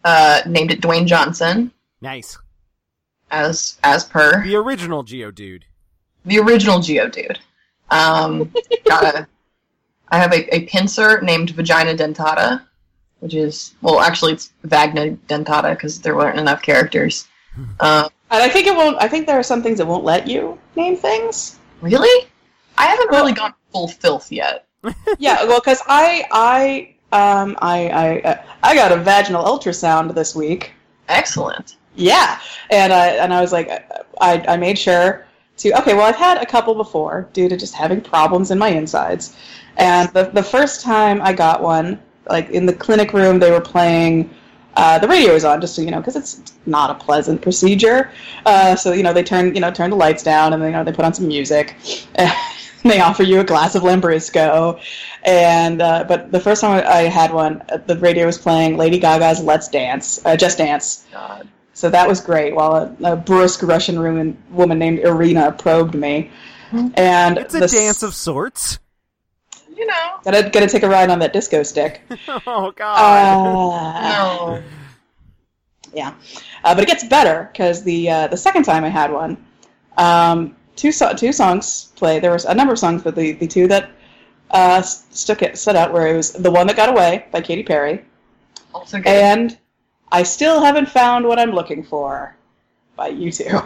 [SPEAKER 2] Uh, named it Dwayne Johnson.
[SPEAKER 1] Nice.
[SPEAKER 2] as as per
[SPEAKER 1] The original Geodude.
[SPEAKER 2] the original Geodude.
[SPEAKER 3] (laughs)
[SPEAKER 2] Um, got a, I have a, a pincer named Vagina Dentata, which is well, actually it's Vagna Dentata because there weren't enough characters.
[SPEAKER 3] Hmm.
[SPEAKER 2] Um,
[SPEAKER 3] And I think it won't. I think there are some things that won't let you name things.
[SPEAKER 2] really, I haven't really gone full filth yet.
[SPEAKER 3] yeah, well, because I, I, um, I, I, uh, I got a vaginal ultrasound this week.
[SPEAKER 2] Excellent.
[SPEAKER 3] Yeah, and I, and I was like, I, I made sure to. Okay, well, I've had a couple before due to just having problems in my insides, and the the first time I got one, like in the clinic room, they were playing. Uh, the radio was on, just so you know, because it's not a pleasant procedure. Uh, so you know, they turn you know turn the lights down, and you know they put on some music. (laughs) And they offer you a glass of Lambrusco, and uh, but the first time I I had one, uh, the radio was playing Lady Gaga's "Let's Dance," uh, "Just Dance,"
[SPEAKER 2] God.
[SPEAKER 3] So that was great. While a, a brusque Russian woman, woman named Irina probed me, and
[SPEAKER 1] It's a
[SPEAKER 3] the s-
[SPEAKER 1] dance of sorts.
[SPEAKER 2] You know,
[SPEAKER 3] Gotta, gotta take a ride on that disco stick.
[SPEAKER 1] (laughs) Oh god.
[SPEAKER 3] Uh,
[SPEAKER 2] no.
[SPEAKER 3] yeah, uh, but it gets better because the uh, the second time I had one, um, two so- two songs play. There was a number of songs, but the, the two that uh, s- stuck it stood out where it was the one that got away by Katy Perry,
[SPEAKER 2] Also good.
[SPEAKER 3] and I still haven't found what I'm looking for by you two.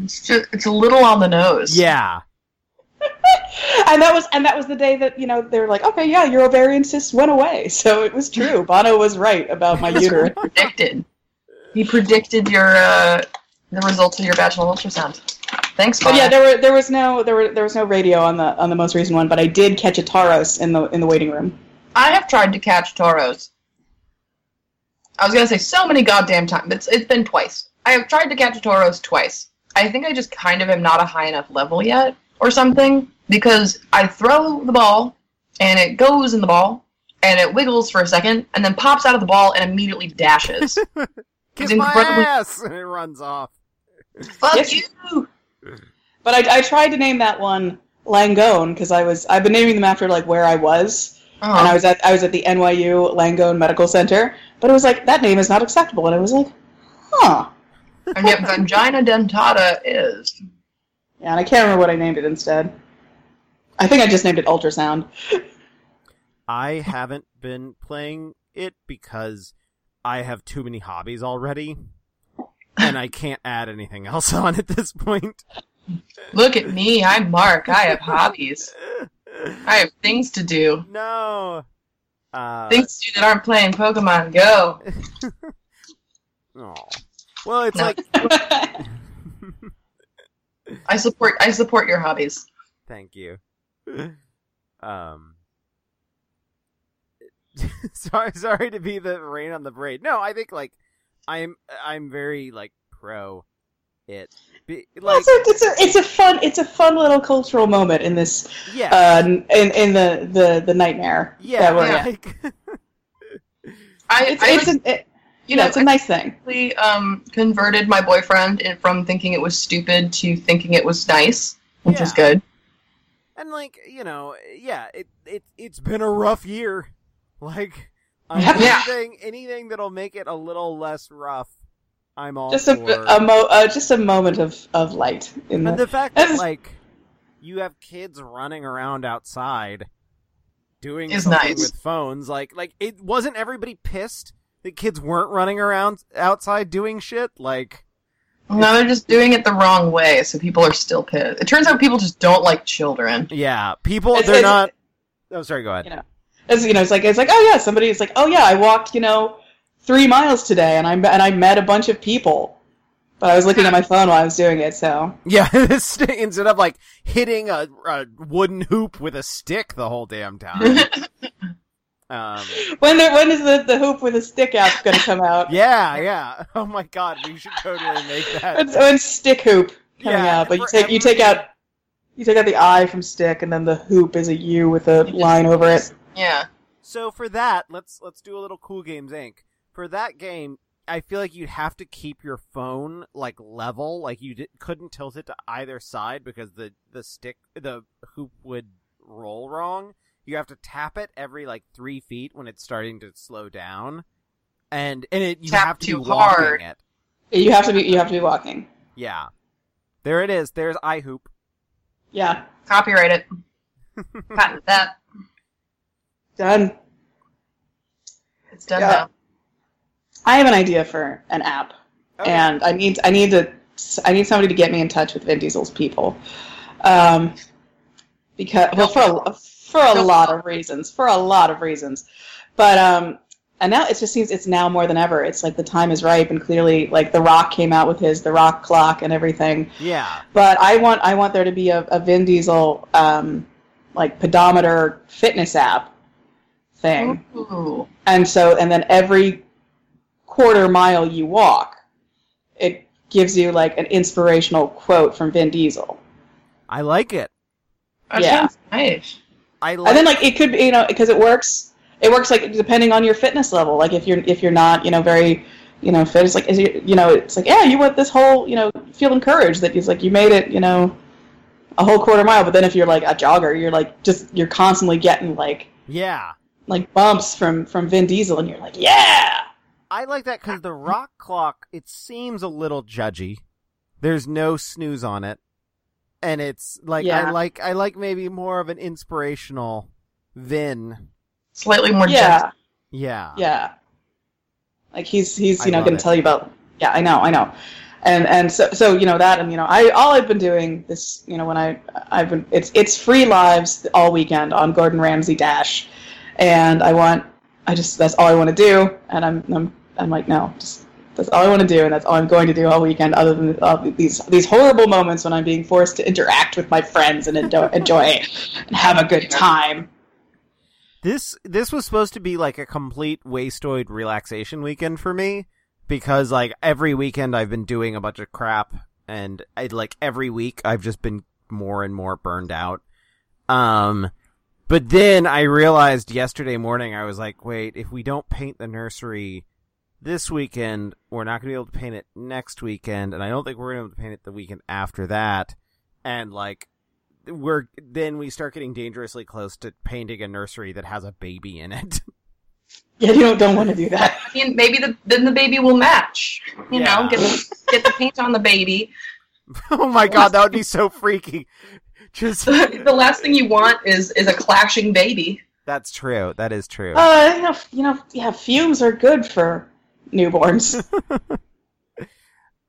[SPEAKER 2] it's just it's a little on the nose.
[SPEAKER 1] yeah.
[SPEAKER 3] (laughs) and that was and that was the day that you know they were like, okay, yeah, your ovarian cysts went away. (laughs) So it was true. Bono was right about my uterus.
[SPEAKER 2] predicted. He predicted your uh, the results of your vaginal ultrasound. Thanks,
[SPEAKER 3] But
[SPEAKER 2] Bob.
[SPEAKER 3] yeah, there were there was no there were there was no radio on the on the most recent one, but I did catch a Taros in the in the waiting room.
[SPEAKER 2] I have tried to catch toros. I was gonna say so many goddamn times. It's it's been twice. I have tried to catch toros twice. I think I just kind of am not a high enough level yet, or something, because I throw the ball and it goes in the ball and it wiggles for a second and then pops out of the ball and immediately dashes.
[SPEAKER 1] Kiss
[SPEAKER 2] It's incredibly-
[SPEAKER 1] my ass (laughs) and it runs off.
[SPEAKER 2] Fuck
[SPEAKER 3] Yes.
[SPEAKER 2] you!
[SPEAKER 3] But I, I tried to name that one Langone because I was I've been naming them after like where I was, and I
[SPEAKER 2] Oh,
[SPEAKER 3] was at I was at the NYU Langone Medical Center, but it was like that name is not acceptable, and I was like, huh.
[SPEAKER 2] and yet vagina dentata is.
[SPEAKER 3] Yeah, and I can't remember what I named it instead. I think I just named it ultrasound. (laughs)
[SPEAKER 1] I haven't been playing it because I have too many hobbies already. And I can't add anything else (laughs) on at this point.
[SPEAKER 2] Look at me, I'm Mark. I have hobbies. I have things to do.
[SPEAKER 1] (laughs) no. Uh,
[SPEAKER 2] Things to do that aren't playing Pokemon Go.
[SPEAKER 1] aw. Well, it's
[SPEAKER 2] No.
[SPEAKER 1] like
[SPEAKER 2] (laughs) I support I support your hobbies.
[SPEAKER 1] Thank you. (laughs) Um, (laughs) sorry, sorry to be the rain on the parade. No, I think like I'm I'm very like pro it. Be, like
[SPEAKER 3] (laughs) it's, a, it's, a, it's a fun it's a fun little cultural moment in this
[SPEAKER 1] yeah,
[SPEAKER 3] uh, in in the the, the nightmare
[SPEAKER 1] yeah,
[SPEAKER 3] that we're in.
[SPEAKER 1] like
[SPEAKER 2] I,
[SPEAKER 3] It's,
[SPEAKER 2] I
[SPEAKER 3] it's an, it,
[SPEAKER 2] You know,
[SPEAKER 3] it's a nice thing.
[SPEAKER 2] basically um, converted my boyfriend in, from thinking it was stupid to thinking it was nice, which is
[SPEAKER 1] Yeah.
[SPEAKER 2] good.
[SPEAKER 1] (laughs) And like, you know, yeah, it it it's been a rough year. (laughs)
[SPEAKER 3] (laughs)
[SPEAKER 1] Like I'm
[SPEAKER 3] Yeah.
[SPEAKER 1] anything anything that'll make it a little less rough, I'm all
[SPEAKER 3] Just
[SPEAKER 1] for.
[SPEAKER 3] a, a mo- uh, just a moment of, of light in
[SPEAKER 1] and
[SPEAKER 3] the
[SPEAKER 1] the fact that
[SPEAKER 3] (laughs) That's-
[SPEAKER 1] like you have kids running around outside doing
[SPEAKER 2] Is
[SPEAKER 1] something
[SPEAKER 2] nice.
[SPEAKER 1] with phones, like like it wasn't everybody pissed that kids weren't running around outside doing shit? Like
[SPEAKER 2] No, they're just doing it the wrong way, so people are still pissed. It turns out people just don't like children.
[SPEAKER 1] yeah, people
[SPEAKER 3] It's-
[SPEAKER 1] they're
[SPEAKER 3] it's-
[SPEAKER 1] not Oh sorry, go ahead.
[SPEAKER 3] you know, it's, you know, it's like it's like oh yeah, somebody is like oh yeah, I walked you know three miles today and I and I met a bunch of people, but I was looking at my phone while I was doing it, so
[SPEAKER 1] Yeah, (laughs) this st- instead of like hitting a, a wooden hoop with a stick the whole damn time. um,
[SPEAKER 3] when there, when is the, the hoop with a stick app going to come
[SPEAKER 1] (laughs)
[SPEAKER 3] out?
[SPEAKER 1] yeah, yeah. Oh my god, we should totally make that.
[SPEAKER 3] When's, when's stick hoop coming
[SPEAKER 1] Yeah,
[SPEAKER 3] out? But you
[SPEAKER 1] for
[SPEAKER 3] take you
[SPEAKER 1] every-
[SPEAKER 3] take out you take out the I from stick, and then the hoop is a U with a line over it.
[SPEAKER 2] Yeah.
[SPEAKER 1] So for that, let's let's do a little Cool Games Inc. For that game, I feel like you'd have to keep your phone like level, like you di- couldn't tilt it to either side because the the stick the hoop would roll wrong. You have to tap it every like three feet when it's starting to slow down, and and it you
[SPEAKER 2] Tap
[SPEAKER 1] have to
[SPEAKER 2] too
[SPEAKER 1] be walking
[SPEAKER 2] hard.
[SPEAKER 1] it.
[SPEAKER 3] You have to be you have to be walking.
[SPEAKER 1] Yeah, there it is. There's iHoop.
[SPEAKER 3] Yeah,
[SPEAKER 2] Copyright it. (laughs) Patent that.
[SPEAKER 3] done.
[SPEAKER 2] It's done
[SPEAKER 3] Yeah.
[SPEAKER 2] now.
[SPEAKER 3] I have an idea for an app,
[SPEAKER 1] Okay.
[SPEAKER 3] and I need I need to I need somebody to get me in touch with Vin Diesel's people, um, because well for a, for a
[SPEAKER 2] No
[SPEAKER 3] lot of reasons, for a lot of reasons, but um, and now it just seems it's now more than ever. It's like the time is ripe, and clearly, like The Rock came out with his The Rock clock and everything.
[SPEAKER 1] yeah,
[SPEAKER 3] But I want I want there to be a, a Vin Diesel um, like pedometer fitness app thing.
[SPEAKER 2] Mm-hmm. Ooh.
[SPEAKER 3] And so, and then every quarter mile you walk, it gives you like an inspirational quote from Vin Diesel.
[SPEAKER 1] I like it.
[SPEAKER 2] That
[SPEAKER 3] Yeah.
[SPEAKER 2] sounds nice.
[SPEAKER 1] I like.
[SPEAKER 3] And then like it could be, you know, because it works, it works like depending on your fitness level. Like if you're, if you're not, you know, very, you know, fit, it's like, is you, you know, it's like, yeah, you want this whole, you know, feel encouraged that it's like you made it, you know, a whole quarter mile. But then if you're like a jogger, you're like just, you're constantly getting like,
[SPEAKER 1] yeah,
[SPEAKER 3] like bumps from, from Vin Diesel and you're like, yeah.
[SPEAKER 1] I like that because the rock clock it seems a little judgy. There's no snooze on it, and it's like I
[SPEAKER 3] Yeah.
[SPEAKER 1] like I like maybe more of an inspirational Vin.
[SPEAKER 2] Slightly more
[SPEAKER 3] yeah.
[SPEAKER 2] gentle.
[SPEAKER 1] Yeah,
[SPEAKER 3] Yeah. Like he's he's
[SPEAKER 1] I
[SPEAKER 3] you know
[SPEAKER 1] love
[SPEAKER 3] going
[SPEAKER 1] it.
[SPEAKER 3] to tell you about yeah I know I know, and and so so you know that and you know I all I've been doing this you know when I I've been it's it's free lives all weekend on Gordon Ramsay Dash, and I want I just that's all I want to do and I'm I'm I'm like no just that's all I want to do and that's all I'm going to do all weekend other than all these these horrible moments when I'm being forced to interact with my friends and enjoy, enjoy and have a good time.
[SPEAKER 1] This this was supposed to be like a complete wasteoid relaxation weekend for me because like every weekend I've been doing a bunch of crap and I like every week I've just been more and more burned out. Um but then I realized yesterday morning I was like, wait, if we don't paint the nursery this weekend, we're not going to be able to paint it next weekend and I don't think we're going to be able to paint it the weekend after that and like we're then we start getting dangerously close to painting a nursery that has a baby in it. (laughs)
[SPEAKER 3] Yeah, you don't don't want to do that.
[SPEAKER 2] I mean, maybe the then the baby will match. You
[SPEAKER 1] Yeah.
[SPEAKER 2] know, get the, get the paint on the baby. (laughs)
[SPEAKER 1] oh my god, that would be so freaky. Just
[SPEAKER 2] the last thing you want is is a clashing baby.
[SPEAKER 1] that's true. That is true.
[SPEAKER 3] Uh, you know, f- you know, yeah, fumes are good for newborns.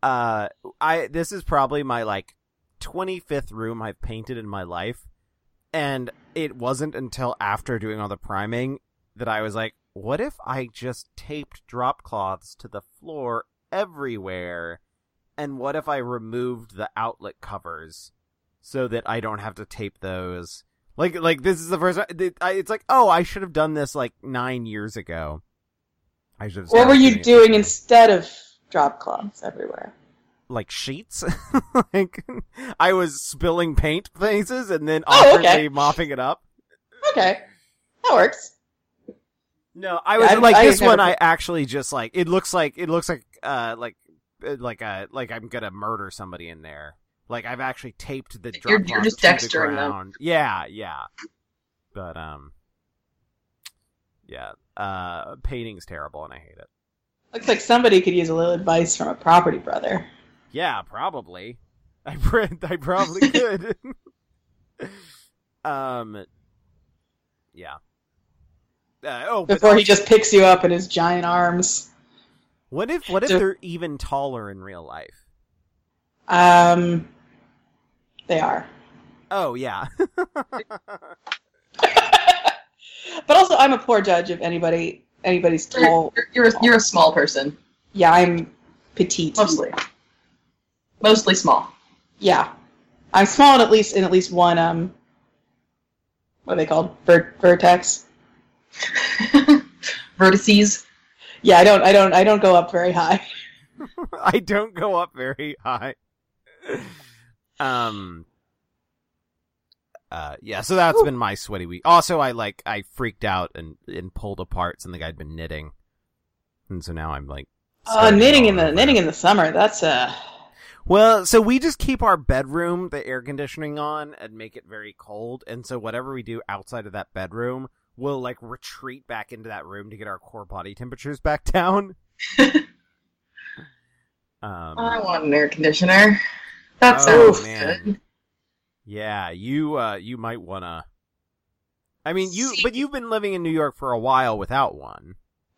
[SPEAKER 1] Uh, I this is probably my like 25th room I've painted in my life, and it wasn't until after doing all the priming that I was like, what if I just taped drop cloths to the floor everywhere, and what if I removed the outlet covers so that I don't have to tape those? Like, like this is the first. it- I- It's like, oh, I should have done this like nine years ago. I should have.
[SPEAKER 3] what were
[SPEAKER 1] started
[SPEAKER 3] you
[SPEAKER 1] it.
[SPEAKER 3] doing instead of drop cloths everywhere?
[SPEAKER 1] like sheets. (laughs) like I was spilling paint places and then
[SPEAKER 3] Oh,
[SPEAKER 1] awkwardly
[SPEAKER 3] okay.
[SPEAKER 1] mopping it up.
[SPEAKER 3] Okay, that works.
[SPEAKER 1] No, I was
[SPEAKER 3] I-
[SPEAKER 1] like
[SPEAKER 3] I
[SPEAKER 1] this
[SPEAKER 3] never-
[SPEAKER 1] one. I actually just like it looks like it looks like uh like uh, like uh like I'm gonna murder somebody in there. Like I've actually taped the drop
[SPEAKER 2] You're- you're
[SPEAKER 1] lock
[SPEAKER 2] just
[SPEAKER 1] to the
[SPEAKER 2] dextering them.
[SPEAKER 1] ground. Yeah, yeah. But um, yeah. Uh, painting's terrible and I hate it.
[SPEAKER 3] Looks like somebody could use a little advice from a property brother.
[SPEAKER 1] Yeah, probably. (laughs) I print. I
[SPEAKER 3] (laughs)
[SPEAKER 1] probably could. (laughs) um. Yeah. Uh, oh, but
[SPEAKER 3] Before he
[SPEAKER 1] also-
[SPEAKER 3] just picks you up in his giant arms.
[SPEAKER 1] what if what if
[SPEAKER 3] So-
[SPEAKER 1] they're even taller in real life?
[SPEAKER 3] Um, they are. (laughs)
[SPEAKER 1] Oh yeah. (laughs)
[SPEAKER 3] but also, I'm a poor judge of anybody anybody's tall.
[SPEAKER 2] You're, you're, a, you're a small person,
[SPEAKER 3] Yeah, I'm petite.
[SPEAKER 2] mostly. Mostly small. (laughs)
[SPEAKER 3] Yeah, I'm small in at least in at least one um. What are they called? Ver- vertex.
[SPEAKER 2] Vertices.
[SPEAKER 3] Yeah, I don't, I don't, I don't go up very high.
[SPEAKER 1] I don't go up very high. (laughs) Um. Uh, yeah, so that's been my sweaty week. Also, I like I freaked out and and pulled apart something I'd been knitting, and so now I'm like.
[SPEAKER 3] Uh, knitting in the
[SPEAKER 1] knitting
[SPEAKER 3] knitting in the summer. That's uh
[SPEAKER 1] Well, so we just keep our bedroom, the air conditioning on, and make it very cold. And so whatever we do outside of that bedroom will like retreat back into that room to get our core body temperatures (laughs) back
[SPEAKER 2] (laughs)
[SPEAKER 1] down. um,
[SPEAKER 2] I want an air conditioner. Oh, That
[SPEAKER 1] Oh,
[SPEAKER 2] sounds
[SPEAKER 1] man.
[SPEAKER 2] good.
[SPEAKER 1] yeah, you uh, you might wanna. I mean, you
[SPEAKER 2] See-
[SPEAKER 1] but you've been living in New York for a while without one.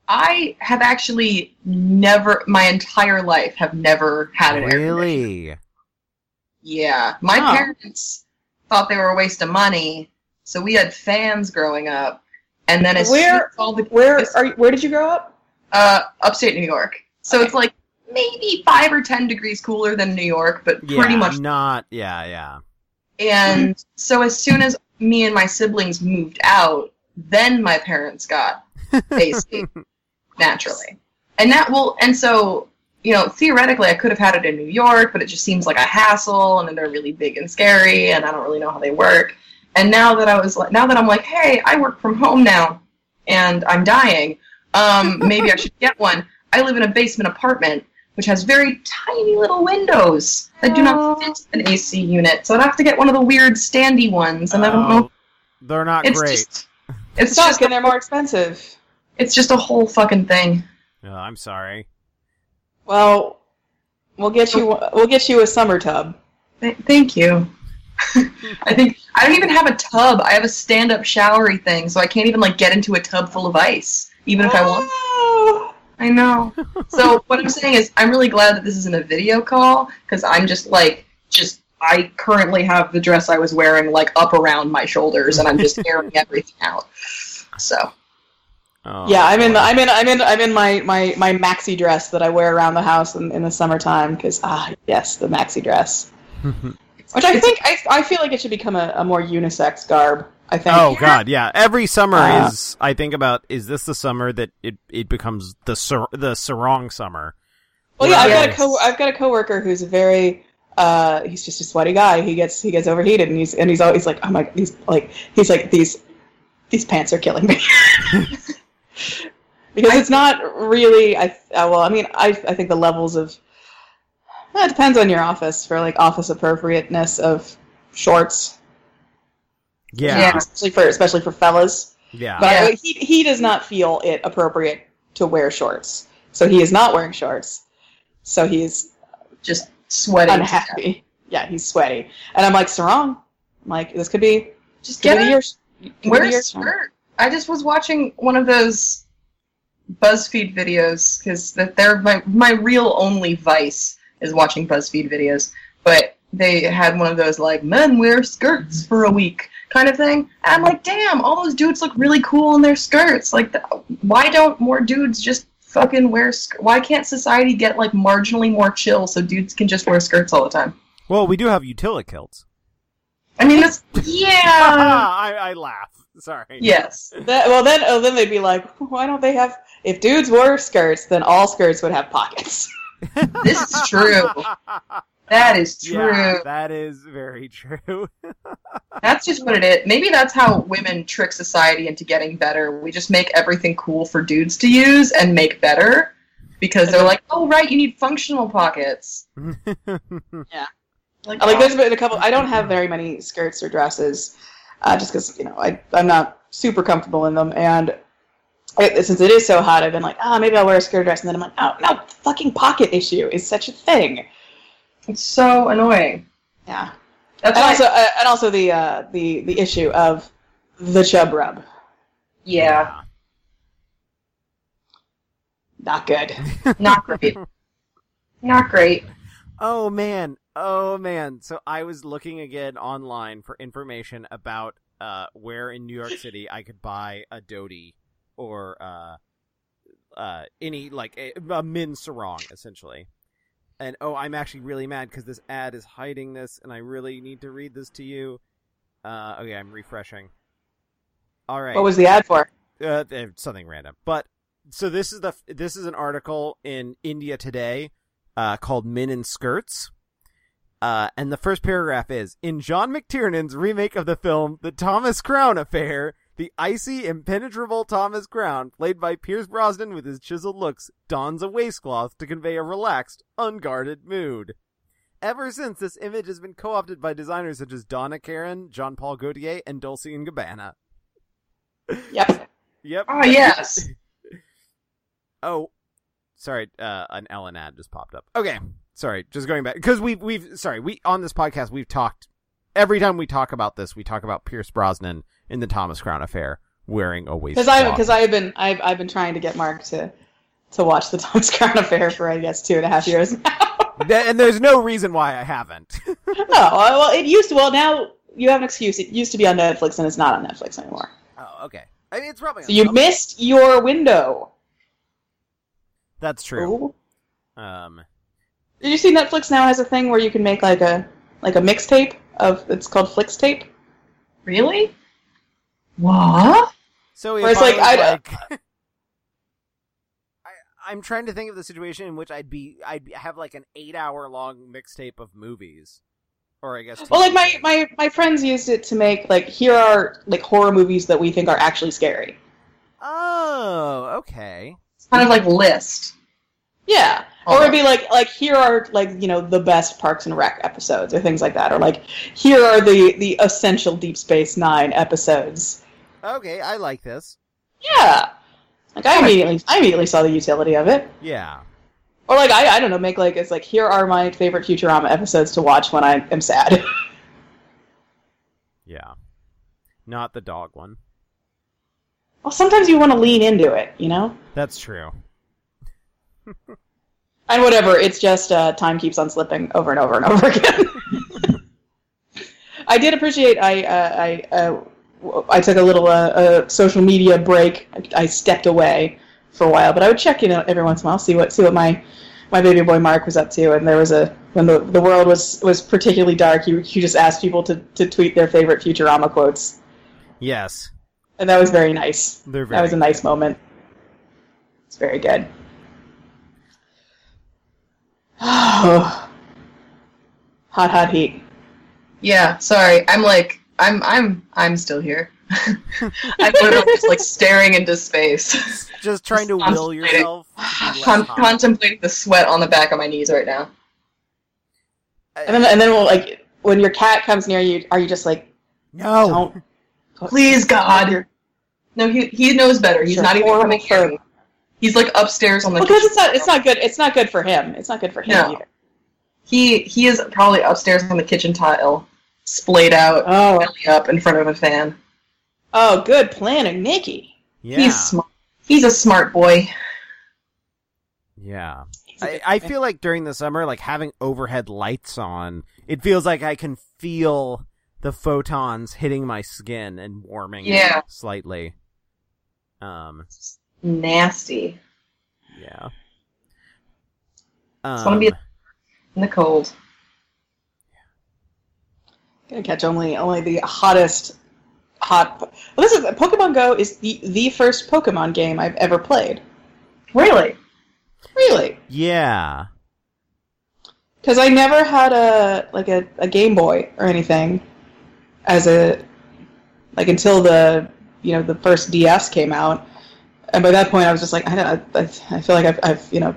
[SPEAKER 2] I have actually never, my entire life, have never had an air conditioner.
[SPEAKER 1] Really?
[SPEAKER 2] Yeah. My
[SPEAKER 3] Huh.
[SPEAKER 2] parents thought they were a waste of money, so we had fans growing up. And then as soon
[SPEAKER 3] Where-
[SPEAKER 2] as all the
[SPEAKER 3] where are you, where did you grow up?
[SPEAKER 2] uh, upstate New York, so
[SPEAKER 3] Okay.
[SPEAKER 2] it's like maybe five or ten degrees cooler than New York, but
[SPEAKER 1] Yeah,
[SPEAKER 2] pretty much.
[SPEAKER 1] not. Yeah, yeah.
[SPEAKER 2] And so as soon as me and my siblings moved out, then my parents got AC naturally, and that will. And so you know, theoretically, I could have had it in New York, but it just seems like a hassle, and then they're really big and scary, and I don't really know how they work. And now that I was like, now that I'm like, hey, I work from home now, and I'm dying. Um, maybe I should get one. I live in a basement apartment, which has very tiny little windows that do not fit an AC unit. So I'd have to get one of the weird standy ones, and I don't know.
[SPEAKER 1] Oh, They're not
[SPEAKER 2] It's
[SPEAKER 1] great.
[SPEAKER 2] just, it's
[SPEAKER 3] Suck
[SPEAKER 2] just,
[SPEAKER 3] and they're more expensive.
[SPEAKER 2] it's just a whole fucking thing.
[SPEAKER 1] Oh, I'm sorry.
[SPEAKER 3] Well, we'll get you we'll get you a summer tub.
[SPEAKER 2] Th- thank you. (laughs) I think I don't even have a tub. I have a stand-up showery thing, so I can't even like get into a tub full of ice, even if I want.
[SPEAKER 3] want.
[SPEAKER 2] I know. So what I'm saying is, I'm really glad that this isn't a video call because I'm just like, just I currently have the dress I was wearing like up around my shoulders, and I'm just airing everything out. So
[SPEAKER 1] Oh,
[SPEAKER 3] yeah, I'm in the,
[SPEAKER 1] boy.
[SPEAKER 3] I'm in I'm in I'm in my my my maxi dress that I wear around the house in, in the summertime because ah yes the maxi dress, (laughs) which I think I, I feel like it should become a, a more unisex garb. I think.
[SPEAKER 1] Oh God, yeah. Every summer
[SPEAKER 3] Uh,
[SPEAKER 1] is. I think about is this the summer that it, it becomes the sar- the sarong summer?
[SPEAKER 3] Well, yeah, I've got a
[SPEAKER 2] Yes.
[SPEAKER 3] co I've got a coworker who's a very uh, he's just a sweaty guy. He gets he gets overheated, and he's and he's always like, oh my, he's like he's like these these pants are killing me (laughs) because it's not really. I uh, well, I mean, I I think the levels of well, it depends on your office for like office appropriateness of shorts,
[SPEAKER 1] Yeah, yeah.
[SPEAKER 3] especially for especially for fellas. But
[SPEAKER 2] Yeah.
[SPEAKER 3] he he does not feel it appropriate to wear shorts, so he is not wearing shorts. So he is
[SPEAKER 2] just sweating.
[SPEAKER 3] unhappy. Yeah, he's sweaty. And I'm like, Sarong. I'm like, this could be
[SPEAKER 2] Just
[SPEAKER 3] could
[SPEAKER 2] get
[SPEAKER 3] be
[SPEAKER 2] a
[SPEAKER 3] your could
[SPEAKER 2] Where's
[SPEAKER 3] be your Sarong.
[SPEAKER 2] skirt? I just was watching one of those BuzzFeed videos because that they're my my real only vice is watching BuzzFeed videos. But they had one of those like men wear skirts for a week kind of thing. And I'm like, damn, all those dudes look really cool in their skirts. Like, th- why don't more dudes just fucking wear? Sk- why can't society get like marginally more chill so dudes can just wear skirts all the time?
[SPEAKER 1] Well, we do have utila
[SPEAKER 3] (laughs)
[SPEAKER 1] kilts.
[SPEAKER 2] I mean, that's (laughs)
[SPEAKER 3] Um,
[SPEAKER 2] yeah,
[SPEAKER 1] (laughs) I I laugh. Sorry.
[SPEAKER 2] (laughs)
[SPEAKER 1] (laughs)
[SPEAKER 2] yes.
[SPEAKER 3] That- well, then, oh, then they'd be like, why don't they have? If dudes wore skirts, then all skirts would have pockets.
[SPEAKER 2] This is true. That is true.
[SPEAKER 1] Yeah, that is very (laughs) true.
[SPEAKER 2] That's just what it is. Maybe that's how women trick society into getting better. We just make everything cool for dudes to use and make better because they're like, oh, right, you need functional pockets. Like,
[SPEAKER 3] (laughs) Like there's been a couple. I don't have very many skirts or dresses, uh, just because you know I I'm not super comfortable in them, and I, since it is so hot, I've been like, ah, maybe I'll wear a skirt or dress, and then I'm like, oh no, the fucking pocket issue is such a thing.
[SPEAKER 2] oh, it's so annoying.
[SPEAKER 3] Yeah,
[SPEAKER 2] That's
[SPEAKER 3] and
[SPEAKER 2] why.
[SPEAKER 3] also uh, and also the uh, the the issue of the chub rub,
[SPEAKER 2] yeah,
[SPEAKER 3] not good.
[SPEAKER 2] not great. Not great.
[SPEAKER 1] Oh man. Oh man. So I was looking again online for information about uh where in New York City I could buy a dhoti or uh uh any like a, a men's sarong essentially. And oh, I'm actually really mad cuz this ad is hiding this and I really need to read this to you. Uh okay, I'm refreshing. All right
[SPEAKER 3] What was the ad for?
[SPEAKER 1] uh, eh, something random. But so this is the this is an article in India Today uh, called "Men in Skirts." Uh, and the first paragraph is in John McTiernan's remake of the film The Thomas Crown Affair. The icy, impenetrable Thomas Crown, played by Pierce Brosnan with his chiseled looks, dons a waistcloth to convey a relaxed, unguarded mood. Ever since, this image has been co-opted by designers such as Donna Karan, Jean Paul Gaultier, and Dulce and Gabbana.
[SPEAKER 3] Yep.
[SPEAKER 1] Yep.
[SPEAKER 3] Ah,
[SPEAKER 2] Oh yes.
[SPEAKER 1] (laughs) Oh, sorry. Uh, an Ellen ad just popped up. Okay, sorry. Just going back because we've we've sorry we on this podcast we've talked every time we talk about this we talk about Pierce Brosnan in the Thomas Crown Affair wearing a waist
[SPEAKER 3] Because I
[SPEAKER 1] cloth.
[SPEAKER 3] because I've been I've I've been trying to get Mark to to watch the (laughs) Tom's Crown Affair for I guess two and a half years (laughs) now.
[SPEAKER 1] Th- and there's no reason why I haven't. (laughs)
[SPEAKER 3] No, uh, well, it used to. Well, now you have an excuse. It used to be on Netflix, and it's not on Netflix anymore.
[SPEAKER 1] oh, okay. I mean, it's probably
[SPEAKER 3] So you missed your window.
[SPEAKER 1] That's true.
[SPEAKER 3] Ooh. Oh.
[SPEAKER 1] Um,
[SPEAKER 3] Did you see Netflix now has a thing where you can make like a like a mixtape of it's called Flix Tape,
[SPEAKER 2] Really? What?
[SPEAKER 1] So
[SPEAKER 3] Where
[SPEAKER 1] if
[SPEAKER 3] it's like, uh,
[SPEAKER 1] I was
[SPEAKER 3] I-
[SPEAKER 1] like- (laughs) I, I'm trying to think of the situation in which I'd be, I'd be- have like an eight-hour-long mixtape of movies, or I guess.
[SPEAKER 3] Well, like
[SPEAKER 1] TV
[SPEAKER 3] my
[SPEAKER 1] shows.
[SPEAKER 3] my my friends used it to make like here are like horror movies that we think are actually scary.
[SPEAKER 1] Oh, okay.
[SPEAKER 2] It's kind of like list.
[SPEAKER 3] Yeah.
[SPEAKER 2] Oh.
[SPEAKER 3] Or it'd be like like here are like you know the best Parks and Rec episodes or things like that, or like here are the the essential Deep Space Nine episodes.
[SPEAKER 1] Okay, I like this.
[SPEAKER 3] Yeah. Like I immediately I immediately saw the utility of it.
[SPEAKER 1] Yeah.
[SPEAKER 3] Or like I, I don't know, make like it's like here are my favorite Futurama episodes to watch when I am sad. (laughs)
[SPEAKER 1] Yeah. Not the dog one.
[SPEAKER 3] well, sometimes you want to lean into it, you know?
[SPEAKER 1] That's true.
[SPEAKER 3] And whatever, it's just uh, time keeps on slipping over and over and over (laughs) again. I did appreciate I uh, I uh, w- I took a little uh, uh, social media break. I, I stepped away for a while, but I would check in every once in a while, see what see what my my baby boy Mark was up to. And there was a when the, the world was was particularly dark, you you just asked people to, to tweet their favorite Futurama quotes,
[SPEAKER 1] Yes.
[SPEAKER 3] and that was very nice.
[SPEAKER 1] They're very
[SPEAKER 3] That was a nice moment. It's very good. (sighs) Oh, hot, hot heat.
[SPEAKER 2] Yeah. Sorry. I'm like I'm I'm I'm still here. (laughs) I'm literally just like staring into space. (laughs)
[SPEAKER 1] Just trying to will yourself.
[SPEAKER 2] (sighs)
[SPEAKER 1] to be less
[SPEAKER 2] I'm
[SPEAKER 1] hot.
[SPEAKER 2] contemplating the sweat on the back of my knees right now.
[SPEAKER 3] And then, and then we'll like when your cat comes near you, are you just like,
[SPEAKER 1] no.
[SPEAKER 3] don't
[SPEAKER 2] Please, God. No, he he knows better. He's
[SPEAKER 3] Sure.
[SPEAKER 2] not even
[SPEAKER 3] Horrible
[SPEAKER 2] coming here.
[SPEAKER 3] fur.
[SPEAKER 2] He's like upstairs on the.
[SPEAKER 3] because it's not, it's not good. It's not good for him. It's not good for him
[SPEAKER 2] No.
[SPEAKER 3] either.
[SPEAKER 2] He he is probably upstairs on the kitchen tile, splayed out,
[SPEAKER 3] Oh,
[SPEAKER 2] belly up in front of a fan.
[SPEAKER 3] oh, good planning, Nikki.
[SPEAKER 1] Yeah.
[SPEAKER 2] He's smart. He's a smart boy.
[SPEAKER 1] Yeah. I, I feel like during the summer, like having overhead lights on, it feels like I can feel the photons hitting my skin and warming it
[SPEAKER 2] Yeah.
[SPEAKER 1] slightly. Um,
[SPEAKER 2] Nasty
[SPEAKER 1] yeah. Um,
[SPEAKER 2] It's gonna be- in the cold.
[SPEAKER 3] Gonna catch only only the hottest hot. po- Well, this is Pokemon Go is the the first Pokemon game I've ever played.
[SPEAKER 2] Really?
[SPEAKER 3] Really.
[SPEAKER 1] yeah.
[SPEAKER 3] because I never had a like a, a Game Boy or anything as a like until the you know the first DS came out, and by that point I was just like I don't I, I feel like I've, I've you know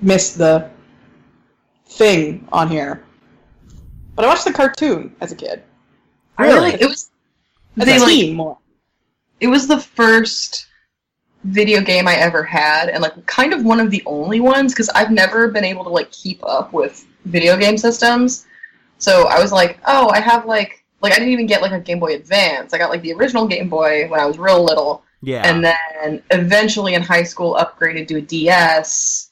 [SPEAKER 3] missed the thing on here. But I watched the cartoon as a kid.
[SPEAKER 2] I really, it was
[SPEAKER 3] As
[SPEAKER 2] They,
[SPEAKER 3] a
[SPEAKER 2] like-
[SPEAKER 3] teen more.
[SPEAKER 2] it was the first video game I ever had, and like kind of one of the only ones because I've never been able to like keep up with video game systems. So I was like, oh, I have like like I didn't even get like a Game Boy Advance. I got like the original Game Boy when I was real little,
[SPEAKER 1] Yeah.
[SPEAKER 2] and then eventually in high school upgraded to a DS,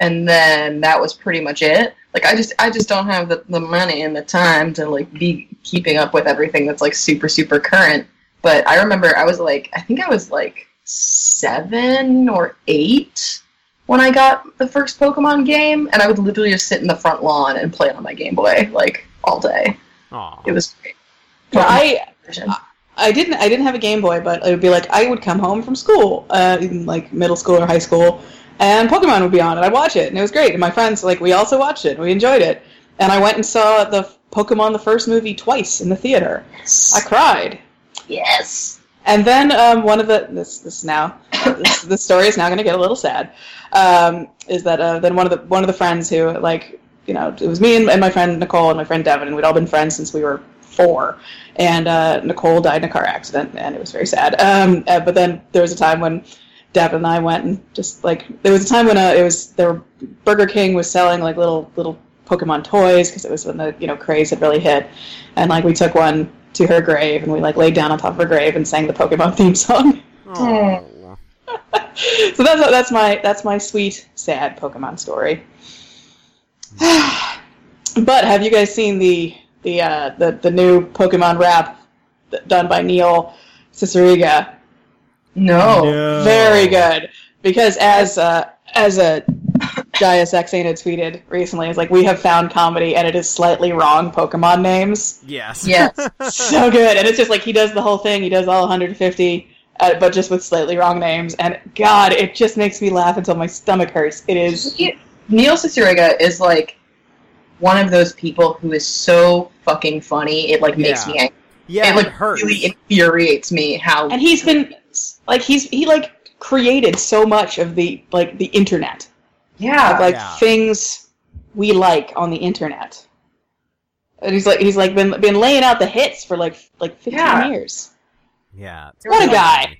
[SPEAKER 2] and then that was pretty much it. Like I just I just don't have the, the money and the time to like be keeping up with everything that's like super super current. But I remember I was like I think I was like seven or eight when I got the first Pokemon game, and I would literally just sit in the front lawn and play on my Game Boy like all day.
[SPEAKER 1] Aw.
[SPEAKER 2] It was great.
[SPEAKER 3] But I
[SPEAKER 2] Version.
[SPEAKER 3] I didn't. I didn't have a Game Boy, but it would be like I would come home from school, uh, in like middle school or high school, and Pokemon would be on, and I'd watch it, and it was great. And my friends like we also watched it, and we enjoyed it. And I went and saw the f- Pokemon the first movie twice in the theater. I cried.
[SPEAKER 2] yes.
[SPEAKER 3] And then um, one of the this this now this, this story is now going to get a little sad. Um, is that uh, then one of the one of the friends who like you know it was me and, and my friend Nicole and my friend Devin and we'd all been friends since we were four. And uh, Nicole died in a car accident and it was very sad. Um, uh, but then there was a time when Devin and I went and just like there was a time when uh, it was there were, Burger King was selling like little little Pokemon toys because it was when the you know craze had really hit and like we took one to her grave and we like laid down on top of her grave and sang the pokemon (laughs) theme song
[SPEAKER 2] Mm.
[SPEAKER 1] Aw.
[SPEAKER 3] so that's that's my that's my sweet sad pokemon story (sighs) but have you guys seen the the uh the, the new pokemon rap th- done by neil Ciceriga?
[SPEAKER 2] No.
[SPEAKER 1] No.
[SPEAKER 3] very good because as uh as a (coughs) Jaya Saxena tweeted recently, it's like we have found comedy and it is slightly wrong Pokemon names.
[SPEAKER 1] Yes.
[SPEAKER 2] Yes.
[SPEAKER 3] so good. And it's just like he does the whole thing. He does all 150, uh, but just with slightly wrong names. And God, it just makes me laugh until my stomach hurts. It is.
[SPEAKER 2] He- Neil Cicierega is like one of those people who is so fucking funny. It like makes
[SPEAKER 1] Yeah.
[SPEAKER 2] me angry.
[SPEAKER 1] (laughs) Yeah.
[SPEAKER 2] it
[SPEAKER 1] It,
[SPEAKER 2] like
[SPEAKER 1] hurts.
[SPEAKER 2] really infuriates me how
[SPEAKER 3] And he's been like he's he like created so much of the like the internet of
[SPEAKER 2] yeah
[SPEAKER 3] like
[SPEAKER 1] Yeah.
[SPEAKER 3] things we like on the internet. And he's like he's like been been laying out the hits for like like 15
[SPEAKER 2] Yeah.
[SPEAKER 3] years.
[SPEAKER 1] yeah. it's
[SPEAKER 2] What a
[SPEAKER 1] really
[SPEAKER 3] guy.
[SPEAKER 1] funny.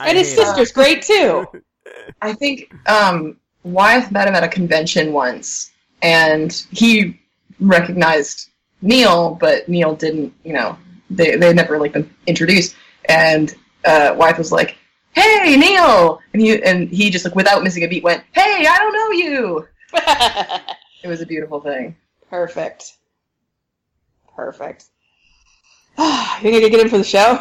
[SPEAKER 1] I
[SPEAKER 3] And his
[SPEAKER 1] hate it.
[SPEAKER 3] sister's
[SPEAKER 1] (laughs)
[SPEAKER 3] great too. (laughs)
[SPEAKER 2] I think um, Wyeth met him at a convention once, and he recognized Neil, but Neil didn't. You know, they they had never like been introduced, and uh, Wyeth was like, "Hey, Neil," and he and he just like without missing a beat went, "Hey, I don't know you." It was a beautiful thing.
[SPEAKER 3] Perfect. Perfect. (sighs) you think I could get in for the show?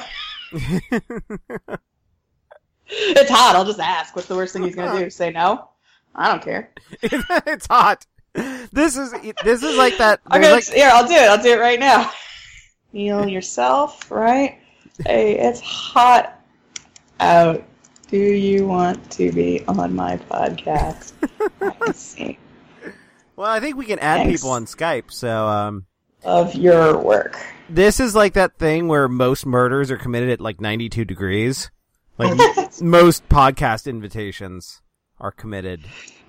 [SPEAKER 3] It's hot. I'll just ask. What's the worst thing he's gonna do? Say no? I don't care.
[SPEAKER 1] (laughs) it's hot. This is e, this is like
[SPEAKER 2] (laughs)
[SPEAKER 1] that.
[SPEAKER 3] I'm
[SPEAKER 1] there's
[SPEAKER 3] gonna,
[SPEAKER 1] like
[SPEAKER 3] here, I'll do it. I'll do it right now. Kneel yourself, right? Hey, it's hot out. Do you want to be on my
[SPEAKER 1] (laughs)
[SPEAKER 3] podcast? I see.
[SPEAKER 1] Well, I think we can add
[SPEAKER 3] Thanks.
[SPEAKER 1] people on Skype. So um,
[SPEAKER 3] Of your work.
[SPEAKER 1] this is like that thing where most murders are committed at like 92 degrees.
[SPEAKER 3] (laughs)
[SPEAKER 1] Like m- most podcast invitations are committed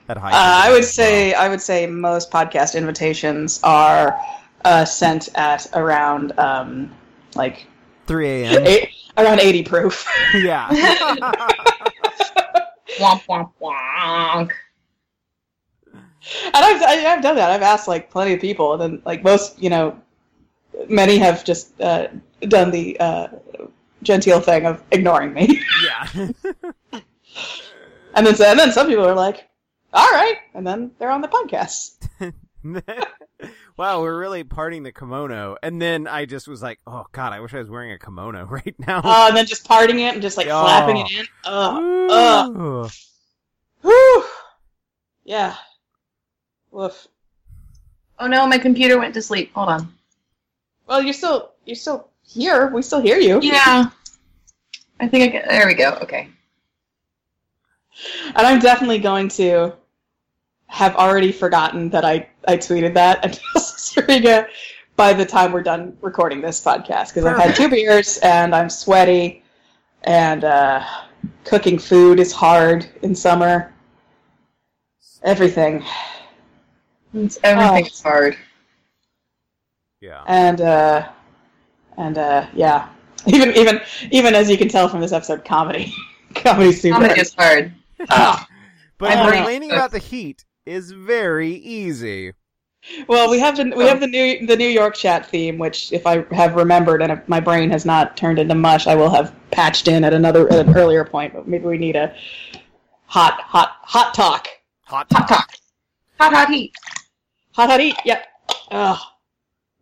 [SPEAKER 1] at high.
[SPEAKER 3] Uh, I
[SPEAKER 1] temperatures
[SPEAKER 3] would
[SPEAKER 1] as well.
[SPEAKER 3] say I would say most podcast invitations are uh, sent at around um, like
[SPEAKER 1] 3 a.m.
[SPEAKER 3] (laughs) eight, around eighty proof.
[SPEAKER 1] (laughs)
[SPEAKER 3] (laughs)
[SPEAKER 1] yeah.
[SPEAKER 2] Womp womp womp.
[SPEAKER 3] and I've I, I've done that. I've asked like plenty of people, and then like most you know, many have just uh, done the uh, genteel thing of ignoring me, (laughs)
[SPEAKER 1] yeah.
[SPEAKER 3] and then and then some people are like, all right, and then they're on the podcast.
[SPEAKER 1] (laughs) wow, we're really parting the kimono. And then I just was like, oh god, I wish I was wearing a kimono (laughs) right now.
[SPEAKER 3] Uh, and then just parting it and just like
[SPEAKER 1] Yeah.
[SPEAKER 3] slapping it in. Ugh. uh,
[SPEAKER 1] Ooh.
[SPEAKER 3] Whew. Yeah. Woof.
[SPEAKER 2] Oh no, my computer went to sleep. Hold on.
[SPEAKER 3] Well, you're still you're still here. We still hear you.
[SPEAKER 2] Yeah. I think I can, there we go. Okay.
[SPEAKER 3] And I'm definitely going to have already forgotten that I, I tweeted that (laughs) until Sarina by the time we're done recording this podcast because I've had two beers and I'm sweaty and uh, cooking food is hard in summer. Everything.
[SPEAKER 2] It's, everything is hard.
[SPEAKER 1] Yeah.
[SPEAKER 3] and uh and uh yeah (laughs) even even even as you can tell from this episode comedy (laughs) comedy super
[SPEAKER 2] Comedy is hard.
[SPEAKER 3] Ah.
[SPEAKER 1] But
[SPEAKER 3] I don't know.
[SPEAKER 1] complaining about the heat is very easy.
[SPEAKER 3] well we have the we have the new the new york chat theme which if i have remembered and if my brain has not turned into mush i will have patched in at another at an earlier point but maybe we need a hot hot hot talk
[SPEAKER 1] Hot
[SPEAKER 3] hot talk
[SPEAKER 2] Hot, hot heat.
[SPEAKER 3] hot hot eat yep Ugh.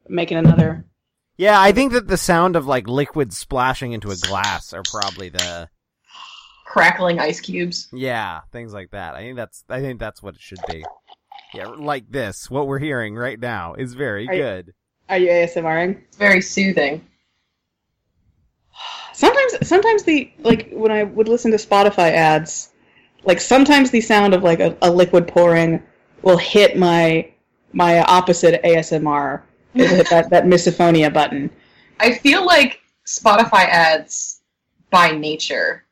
[SPEAKER 3] making another
[SPEAKER 1] Yeah, I think that the sound of like liquid splashing into a glass are probably the
[SPEAKER 2] Crackling ice cubes.
[SPEAKER 1] yeah things like that. I think that's I think that's what it should be. Yeah, like this. What we're hearing right now is very
[SPEAKER 3] Right.
[SPEAKER 1] good.
[SPEAKER 3] are you asmring
[SPEAKER 2] It's very soothing.
[SPEAKER 3] Sometimes, sometimes the like when I would listen to Spotify ads, like sometimes the sound of like a, a liquid pouring will hit my my opposite ASMR, It'll hit that that misophonia button.
[SPEAKER 2] I feel like Spotify ads by nature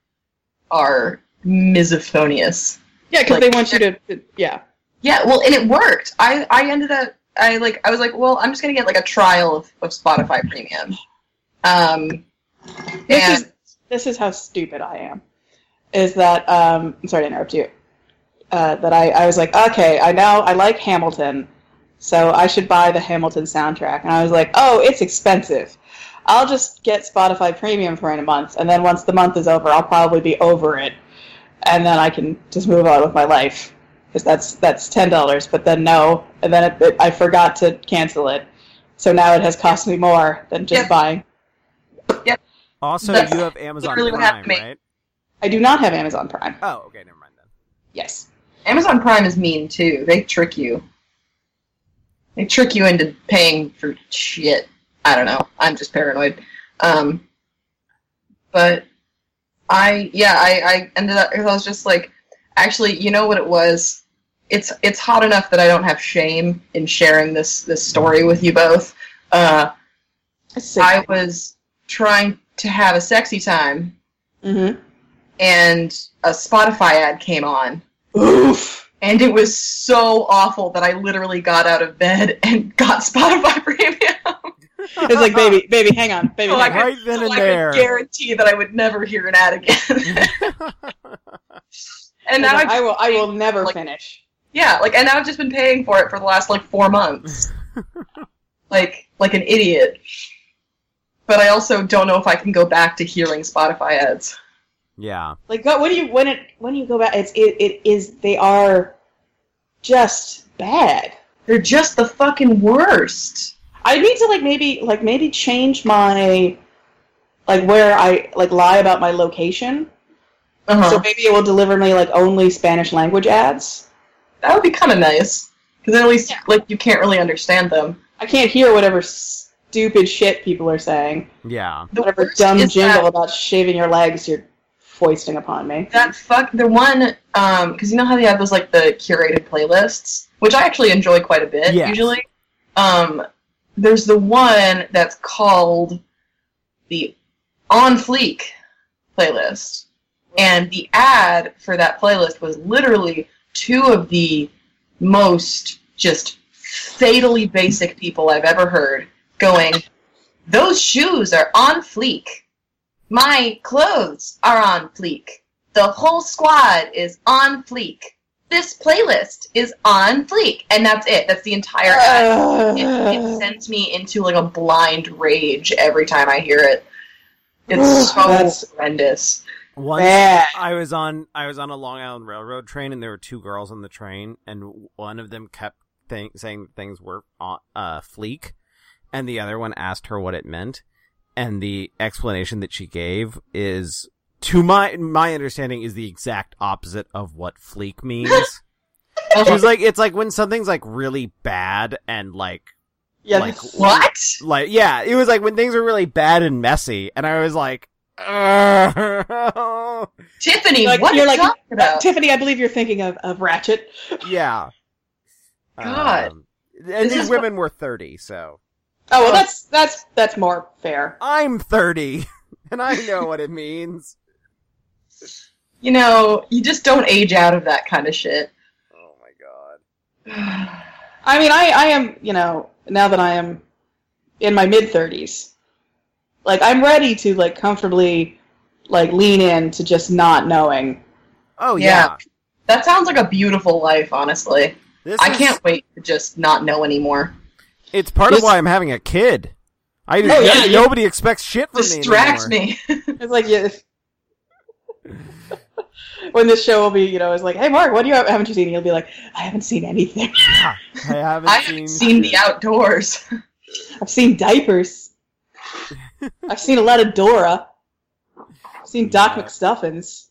[SPEAKER 2] are misophonious.
[SPEAKER 3] Yeah, because they want you to, to- yeah.
[SPEAKER 2] Yeah, well, and it worked. I I ended up I like I was like, well, I'm just gonna get like a trial of, of Spotify Premium. Um,
[SPEAKER 3] This
[SPEAKER 2] and
[SPEAKER 3] is this is how stupid I am. Is that um? I'm sorry to interrupt you. Uh, that I I was like, okay, I now I like Hamilton, so I should buy the Hamilton soundtrack. And I was like, oh, it's expensive. I'll just get Spotify Premium for a month, and then once the month is over, I'll probably be over it, and then I can just move on with my life because that's that's ten dollars. But then no, and then it, it, I forgot to cancel it, so now it has cost me more than just
[SPEAKER 2] Yeah.
[SPEAKER 3] buying.
[SPEAKER 1] Also,
[SPEAKER 2] That's
[SPEAKER 1] you have Amazon
[SPEAKER 2] literally what
[SPEAKER 1] Prime,
[SPEAKER 2] happened to me.
[SPEAKER 1] right?
[SPEAKER 3] I do not have Amazon Prime.
[SPEAKER 1] Oh, okay, never mind then.
[SPEAKER 3] Yes.
[SPEAKER 2] Amazon Prime is mean too. They trick you. They trick you into paying for shit. I don't know. I'm just paranoid. Um, but I yeah I, I ended up 'cause I was just like actually you know what it was. It's it's hot enough that I don't have shame in sharing this this story with you both. Uh, I was trying to have a sexy time
[SPEAKER 3] Mm-hmm.
[SPEAKER 2] and a Spotify ad came on
[SPEAKER 3] Oof.
[SPEAKER 2] and it was so awful that I literally got out of bed and (laughs) got Spotify Premium.
[SPEAKER 3] It's like, baby, baby, hang on, baby.
[SPEAKER 2] so I
[SPEAKER 3] hang
[SPEAKER 2] could,
[SPEAKER 3] on.
[SPEAKER 1] Right then
[SPEAKER 2] so
[SPEAKER 1] and
[SPEAKER 2] I could
[SPEAKER 1] there.
[SPEAKER 2] guarantee that I would never hear an
[SPEAKER 1] (laughs)
[SPEAKER 2] ad again. (laughs) and now
[SPEAKER 3] Hold
[SPEAKER 2] I've,
[SPEAKER 3] on, I will. I will never
[SPEAKER 2] like-
[SPEAKER 3] finish.
[SPEAKER 2] yeah, like, and now I've just been paying for it for the last like four months,
[SPEAKER 1] (laughs)
[SPEAKER 2] like, like an idiot. But I also don't know if I can go back to hearing Spotify ads.
[SPEAKER 1] yeah.
[SPEAKER 3] Like, God, when do you when it when you go back? It's it, it is they are just bad.
[SPEAKER 2] They're just the fucking worst.
[SPEAKER 3] I need to like maybe like maybe change my like where I like lie about my location.
[SPEAKER 2] Uh-huh.
[SPEAKER 3] So maybe it will deliver me like only Spanish language ads.
[SPEAKER 2] that would be kind of nice because at least like you can't really understand them.
[SPEAKER 3] I can't hear whatever stupid shit people are saying.
[SPEAKER 1] Yeah.
[SPEAKER 2] The
[SPEAKER 3] whatever
[SPEAKER 2] worst
[SPEAKER 3] dumb
[SPEAKER 2] is that-
[SPEAKER 3] jingle about shaving your legs you're foisting upon me.
[SPEAKER 2] That fuck the one um because you know how they have those like the curated playlists, which I actually enjoy quite a bit
[SPEAKER 1] Yes.
[SPEAKER 2] usually. Um, there's the one that's called the On Fleek playlist, and the ad for that playlist was literally two of the most just fatally basic people I've ever heard going. Those shoes are on fleek. My clothes are on fleek. The whole squad is on fleek. This playlist is on fleek. And that's it. That's the entire ad. It, it sends me into like a blind rage every time I hear it. It's so
[SPEAKER 3] That's-
[SPEAKER 2] horrendous.
[SPEAKER 1] Once
[SPEAKER 3] Bad.
[SPEAKER 1] I was on I was on a Long Island Railroad train, and there were two girls on the train, and one of them kept th- saying that things were on uh, fleek, and the other one asked her what it meant, and the explanation that she gave is, to my my understanding, is the exact opposite of what fleek means. she was like, it's like when something's like really bad and like
[SPEAKER 3] Yeah,
[SPEAKER 1] like
[SPEAKER 2] What?
[SPEAKER 1] like yeah, it was like when things were really bad and messy, and I was like. (laughs) oh,
[SPEAKER 2] Tiffany,
[SPEAKER 3] You're like-
[SPEAKER 2] what are
[SPEAKER 3] you're
[SPEAKER 2] you
[SPEAKER 3] like-
[SPEAKER 2] talking about?
[SPEAKER 3] Tiffany, I believe you're thinking of, of Ratchet.
[SPEAKER 1] Yeah.
[SPEAKER 2] God.
[SPEAKER 1] Um, and
[SPEAKER 3] This
[SPEAKER 1] these
[SPEAKER 3] is what-
[SPEAKER 1] women were 30, so.
[SPEAKER 3] Oh well, that's that's that's more fair.
[SPEAKER 1] I'm 30, (laughs) and I know what it means.
[SPEAKER 2] You know, you just don't age out of that kind of shit.
[SPEAKER 1] Oh my god.
[SPEAKER 3] I mean, I I am you know now that I am in my mid thirties, like I'm ready to like comfortably like lean in to just not knowing. (laughs)
[SPEAKER 1] Oh yeah.
[SPEAKER 2] Yeah. (sighs) That sounds like a beautiful life, honestly.
[SPEAKER 1] This
[SPEAKER 2] I
[SPEAKER 1] is-
[SPEAKER 2] can't wait to just not know anymore.
[SPEAKER 1] It's part
[SPEAKER 3] This-
[SPEAKER 1] of why I'm having a kid. I
[SPEAKER 3] Oh, yeah, you-
[SPEAKER 1] nobody expects shit from
[SPEAKER 2] Distract
[SPEAKER 1] me. anymore.
[SPEAKER 2] me.
[SPEAKER 3] It's like yeah. (laughs) if- When this show will be, you know, it's like, hey, Mark, what do you have, haven't you seen? And You'll be like, I haven't seen anything.
[SPEAKER 1] I haven't
[SPEAKER 2] (laughs) I
[SPEAKER 1] seen,
[SPEAKER 2] haven't seen the outdoors. (laughs)
[SPEAKER 3] I've seen diapers. I've seen a lot of Dora. I've seen Doc
[SPEAKER 1] Yeah.
[SPEAKER 3] McStuffins.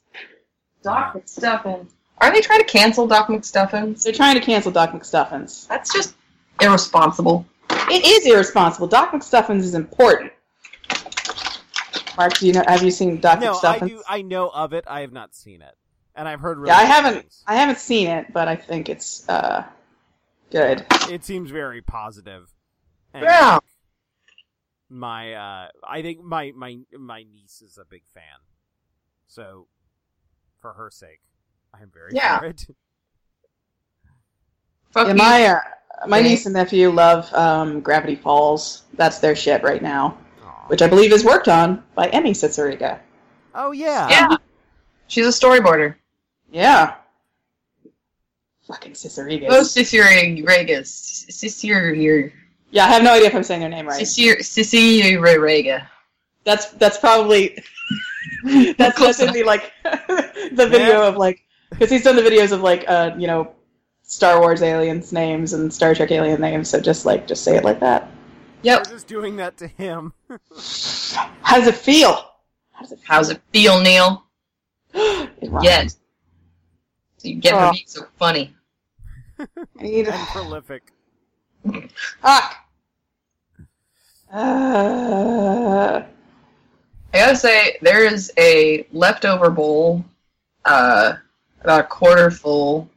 [SPEAKER 2] Doc McStuffin. Are they trying to cancel Doc McStuffins?
[SPEAKER 3] They're trying to cancel Doc McStuffins.
[SPEAKER 2] That's just irresponsible.
[SPEAKER 3] It is irresponsible. Doc McStuffins is important. Mark, do you know? Have you seen Doc
[SPEAKER 1] No, I
[SPEAKER 3] McStuffins?
[SPEAKER 1] do I know of it. I have not seen it. And I've heard really
[SPEAKER 3] yeah, I
[SPEAKER 1] good
[SPEAKER 3] haven't.
[SPEAKER 1] things.
[SPEAKER 3] I haven't seen it, but I think it's uh, good.
[SPEAKER 1] It seems very positive. And
[SPEAKER 2] Yeah.
[SPEAKER 1] My uh I think my my my niece is a big fan. So for her sake, I'm very
[SPEAKER 2] Yeah.
[SPEAKER 1] for it.
[SPEAKER 2] Fuck
[SPEAKER 3] Yeah,
[SPEAKER 2] you.
[SPEAKER 3] my uh, my
[SPEAKER 2] Okay.
[SPEAKER 3] niece and nephew love um, Gravity Falls. That's their shit right now,
[SPEAKER 1] Aw.
[SPEAKER 3] which I believe is worked on by Emmy Ciceriga.
[SPEAKER 1] Oh yeah.
[SPEAKER 2] yeah. She's a storyboarder.
[SPEAKER 3] Yeah. Fucking Cicerigas.
[SPEAKER 2] Oh, Cicero Regas. Cicero
[SPEAKER 3] yeah, I have no idea if I'm saying their name right.
[SPEAKER 2] Cicero Rega.
[SPEAKER 3] That's
[SPEAKER 2] (laughs)
[SPEAKER 3] that's probably that's
[SPEAKER 2] Close
[SPEAKER 3] that's in the like (laughs) the video of like because he's done the videos of like uh you know Star Wars aliens names and Star Trek alien names. So just like just say it like that.
[SPEAKER 1] We're
[SPEAKER 2] Yep.
[SPEAKER 1] just doing that to
[SPEAKER 2] (laughs)
[SPEAKER 1] him.
[SPEAKER 3] How does it feel? How does it?
[SPEAKER 2] How's it feel, Neil?
[SPEAKER 3] (gasps) it rhymes.
[SPEAKER 2] Yes. So you get
[SPEAKER 3] Oh.
[SPEAKER 2] for being so funny.
[SPEAKER 3] I need
[SPEAKER 1] And prolific.
[SPEAKER 3] fuck. Uh,
[SPEAKER 2] I gotta say, there is a leftover bowl, uh, about a quarter full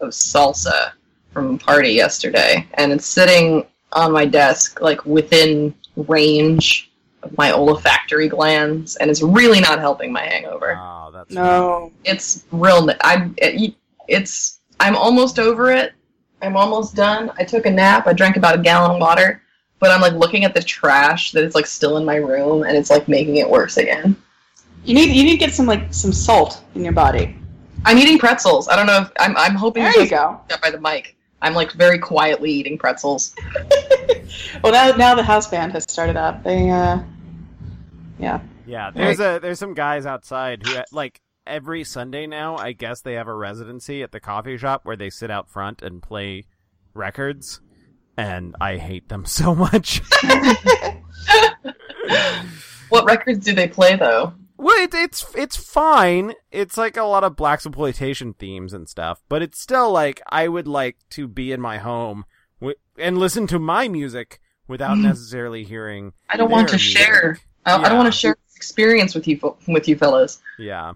[SPEAKER 2] of salsa from a party yesterday, and it's sitting on my desk, like within range of my olfactory glands, and it's really not helping my hangover.
[SPEAKER 1] Oh, that's
[SPEAKER 3] no.
[SPEAKER 2] It's real. I'm. It, it's. I'm almost over it. I'm almost done. I took a nap. I drank about a gallon of water, but I'm like looking at the trash that is like still in my room, and it's like making it worse again.
[SPEAKER 3] You need you need to get some like some salt in your body.
[SPEAKER 2] I'm eating pretzels. I don't know if I'm. I'm hoping
[SPEAKER 3] There
[SPEAKER 2] this
[SPEAKER 3] you go.
[SPEAKER 2] is up by the mic. I'm like very quietly eating pretzels.
[SPEAKER 3] Well, now now the house band has started up. They uh, yeah.
[SPEAKER 1] Yeah, there's a there's some guys outside who like every Sunday now. I guess they have a residency at the coffee shop where they sit out front and play records, and I hate them (laughs) so much.
[SPEAKER 2] What records do they play though?
[SPEAKER 1] well, it, it's it's fine. It's like a lot of black exploitation themes and stuff, but it's still like I would like to be in my home wi- and listen to my music
[SPEAKER 3] Hmm.
[SPEAKER 1] without necessarily hearing.
[SPEAKER 2] I don't want to
[SPEAKER 1] their music.
[SPEAKER 2] share. I, I
[SPEAKER 1] Yeah.
[SPEAKER 2] don't want to share this experience with you fo- with you fellas. (laughs)
[SPEAKER 1] Yeah.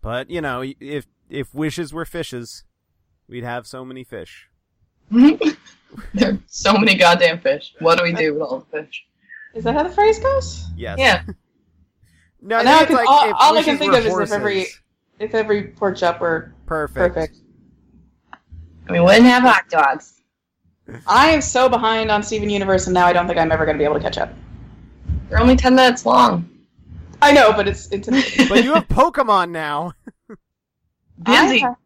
[SPEAKER 1] But you know, if if wishes were fishes, we'd have so many fish.
[SPEAKER 2] There are so many goddamn fish. What do we do with all the fish?
[SPEAKER 3] Is that how the phrase goes?
[SPEAKER 1] Yes.
[SPEAKER 2] Yeah.
[SPEAKER 1] No,
[SPEAKER 3] Now I
[SPEAKER 1] think it's
[SPEAKER 3] can-
[SPEAKER 1] like
[SPEAKER 3] all-
[SPEAKER 1] if
[SPEAKER 3] all I
[SPEAKER 1] wishes
[SPEAKER 3] can think
[SPEAKER 1] were
[SPEAKER 3] of is if every-
[SPEAKER 1] horses.
[SPEAKER 3] If every pork chop were
[SPEAKER 1] perfect.
[SPEAKER 3] perfect.
[SPEAKER 2] I mean, we wouldn't have hot dogs.
[SPEAKER 3] I am so behind on Steven Universe, and now I don't think I'm ever going to be able to catch up.
[SPEAKER 2] They're only ten minutes long.
[SPEAKER 3] I know, but it's intimidating.
[SPEAKER 1] But you have Pokemon now.
[SPEAKER 2] (laughs) Busy.
[SPEAKER 3] I have,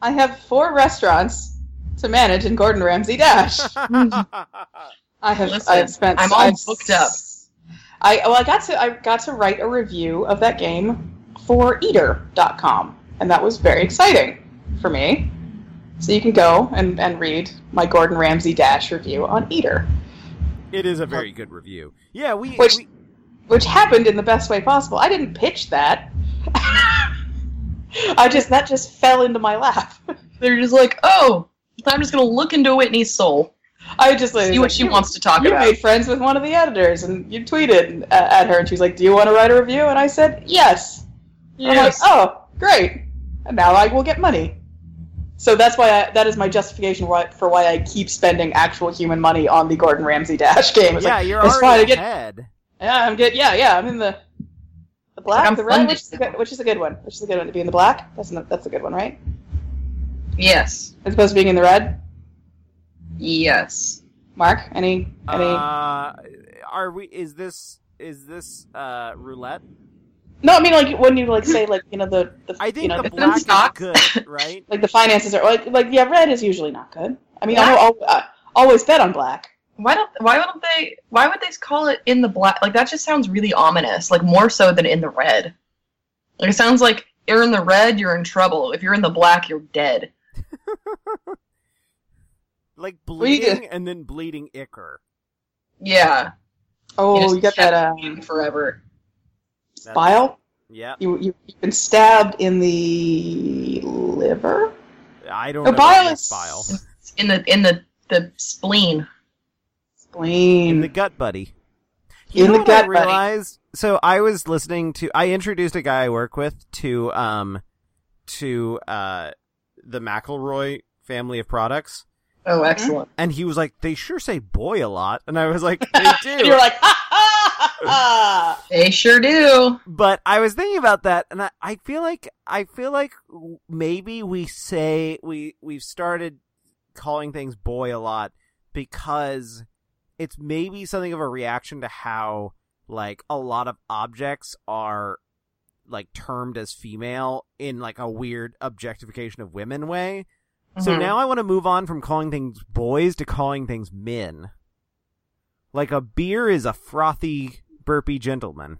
[SPEAKER 3] I have four restaurants to manage in Gordon
[SPEAKER 2] (laughs)
[SPEAKER 3] Ramsay Dash. Mm-hmm. I have.
[SPEAKER 2] Listen,
[SPEAKER 3] I've spent.
[SPEAKER 2] I'm all
[SPEAKER 3] I've-
[SPEAKER 2] booked up.
[SPEAKER 3] I well, I got to. I got to write a review of that game for Eater.com, and that was very exciting for me. So you can go and, and read my Gordon Ramsay Dash review on Eater,
[SPEAKER 1] (laughs) it is a very good review. Yeah, we,
[SPEAKER 3] Which-
[SPEAKER 1] we
[SPEAKER 3] which happened in the best way possible. I didn't pitch that. (laughs) I just that just fell into my lap.
[SPEAKER 2] They're just like, oh, I'm just gonna look into Whitney's soul,
[SPEAKER 3] I just like,
[SPEAKER 2] see what she
[SPEAKER 3] you-
[SPEAKER 2] wants to talk
[SPEAKER 3] You
[SPEAKER 2] about.
[SPEAKER 3] made friends with one of the editors, and you tweeted a- at her, and she was like, "Do you want to write a review?" And I said, "Yes." And I'm like,
[SPEAKER 2] Yes.
[SPEAKER 3] "Oh, great!" And now I will get money. So that's why I, that is my justification why, for why I keep spending actual human money on the Gordon Ramsay Dash game. It's
[SPEAKER 1] yeah,
[SPEAKER 3] like,
[SPEAKER 1] you're
[SPEAKER 3] it's fine, I
[SPEAKER 1] already
[SPEAKER 3] get-
[SPEAKER 1] ahead.
[SPEAKER 3] yeah, I'm good. Yeah, yeah, I'm in the the black,
[SPEAKER 2] I'm
[SPEAKER 3] the red,
[SPEAKER 2] funded
[SPEAKER 3] which is a
[SPEAKER 2] now.
[SPEAKER 3] good, which is a good one. Which is a good one to be in the black. That's not, that's a good one, right?
[SPEAKER 2] Yes.
[SPEAKER 3] As opposed to being in the red.
[SPEAKER 2] Yes.
[SPEAKER 3] Mark, any any?
[SPEAKER 1] Uh, are we? Is this is this uh, roulette?
[SPEAKER 3] no, I mean like when you like say like you know the, the
[SPEAKER 1] I think
[SPEAKER 3] you know, (laughs)
[SPEAKER 1] the
[SPEAKER 2] it's
[SPEAKER 1] black is
[SPEAKER 2] not-
[SPEAKER 1] good, right?
[SPEAKER 3] like the finances are like like yeah, red is usually not good. I mean, I
[SPEAKER 2] Black-
[SPEAKER 3] al- I always bet on black.
[SPEAKER 2] Why don't why don't they why would they call it in the black like that just sounds really ominous, like more so than in the red. Like it sounds like you're in the red, you're in trouble. If you're in the black, you're dead.
[SPEAKER 1] Like
[SPEAKER 3] do you do?
[SPEAKER 1] bleeding and then bleeding ichor.
[SPEAKER 2] Yeah.
[SPEAKER 3] Oh,
[SPEAKER 2] just
[SPEAKER 3] you, got
[SPEAKER 2] kept
[SPEAKER 3] that uh,
[SPEAKER 2] being forever.
[SPEAKER 1] That's-
[SPEAKER 3] bile.
[SPEAKER 1] Yeah,
[SPEAKER 3] You, you you've been stabbed in the liver.
[SPEAKER 1] I don't
[SPEAKER 3] No,
[SPEAKER 1] know.
[SPEAKER 3] bile
[SPEAKER 1] about
[SPEAKER 3] is-
[SPEAKER 1] bile.
[SPEAKER 2] In the in the the
[SPEAKER 1] In
[SPEAKER 2] spleen.
[SPEAKER 1] the
[SPEAKER 3] Spleen.
[SPEAKER 1] gut, buddy.
[SPEAKER 3] In the
[SPEAKER 1] know what I
[SPEAKER 3] gut, buddy.
[SPEAKER 1] realized? So I was listening to. I introduced a guy I work with to um to uh the McElroy family of products,
[SPEAKER 2] Oh, excellent.
[SPEAKER 1] and he was like, "They sure say boy a lot," and I was like,
[SPEAKER 3] (laughs)
[SPEAKER 1] "They
[SPEAKER 3] And
[SPEAKER 1] do."
[SPEAKER 3] you're like ha ha ha. ha.
[SPEAKER 2] They sure do.
[SPEAKER 1] but I was thinking about that, and I, I feel like I feel like maybe we say we we've started calling things boy a lot because it's maybe something of a reaction to how like a lot of objects are like termed as female in like a weird objectification of women way. So
[SPEAKER 2] Mhm.
[SPEAKER 1] now I want to move on from calling things boys to calling things men. Like a beer is a frothy burpy gentleman.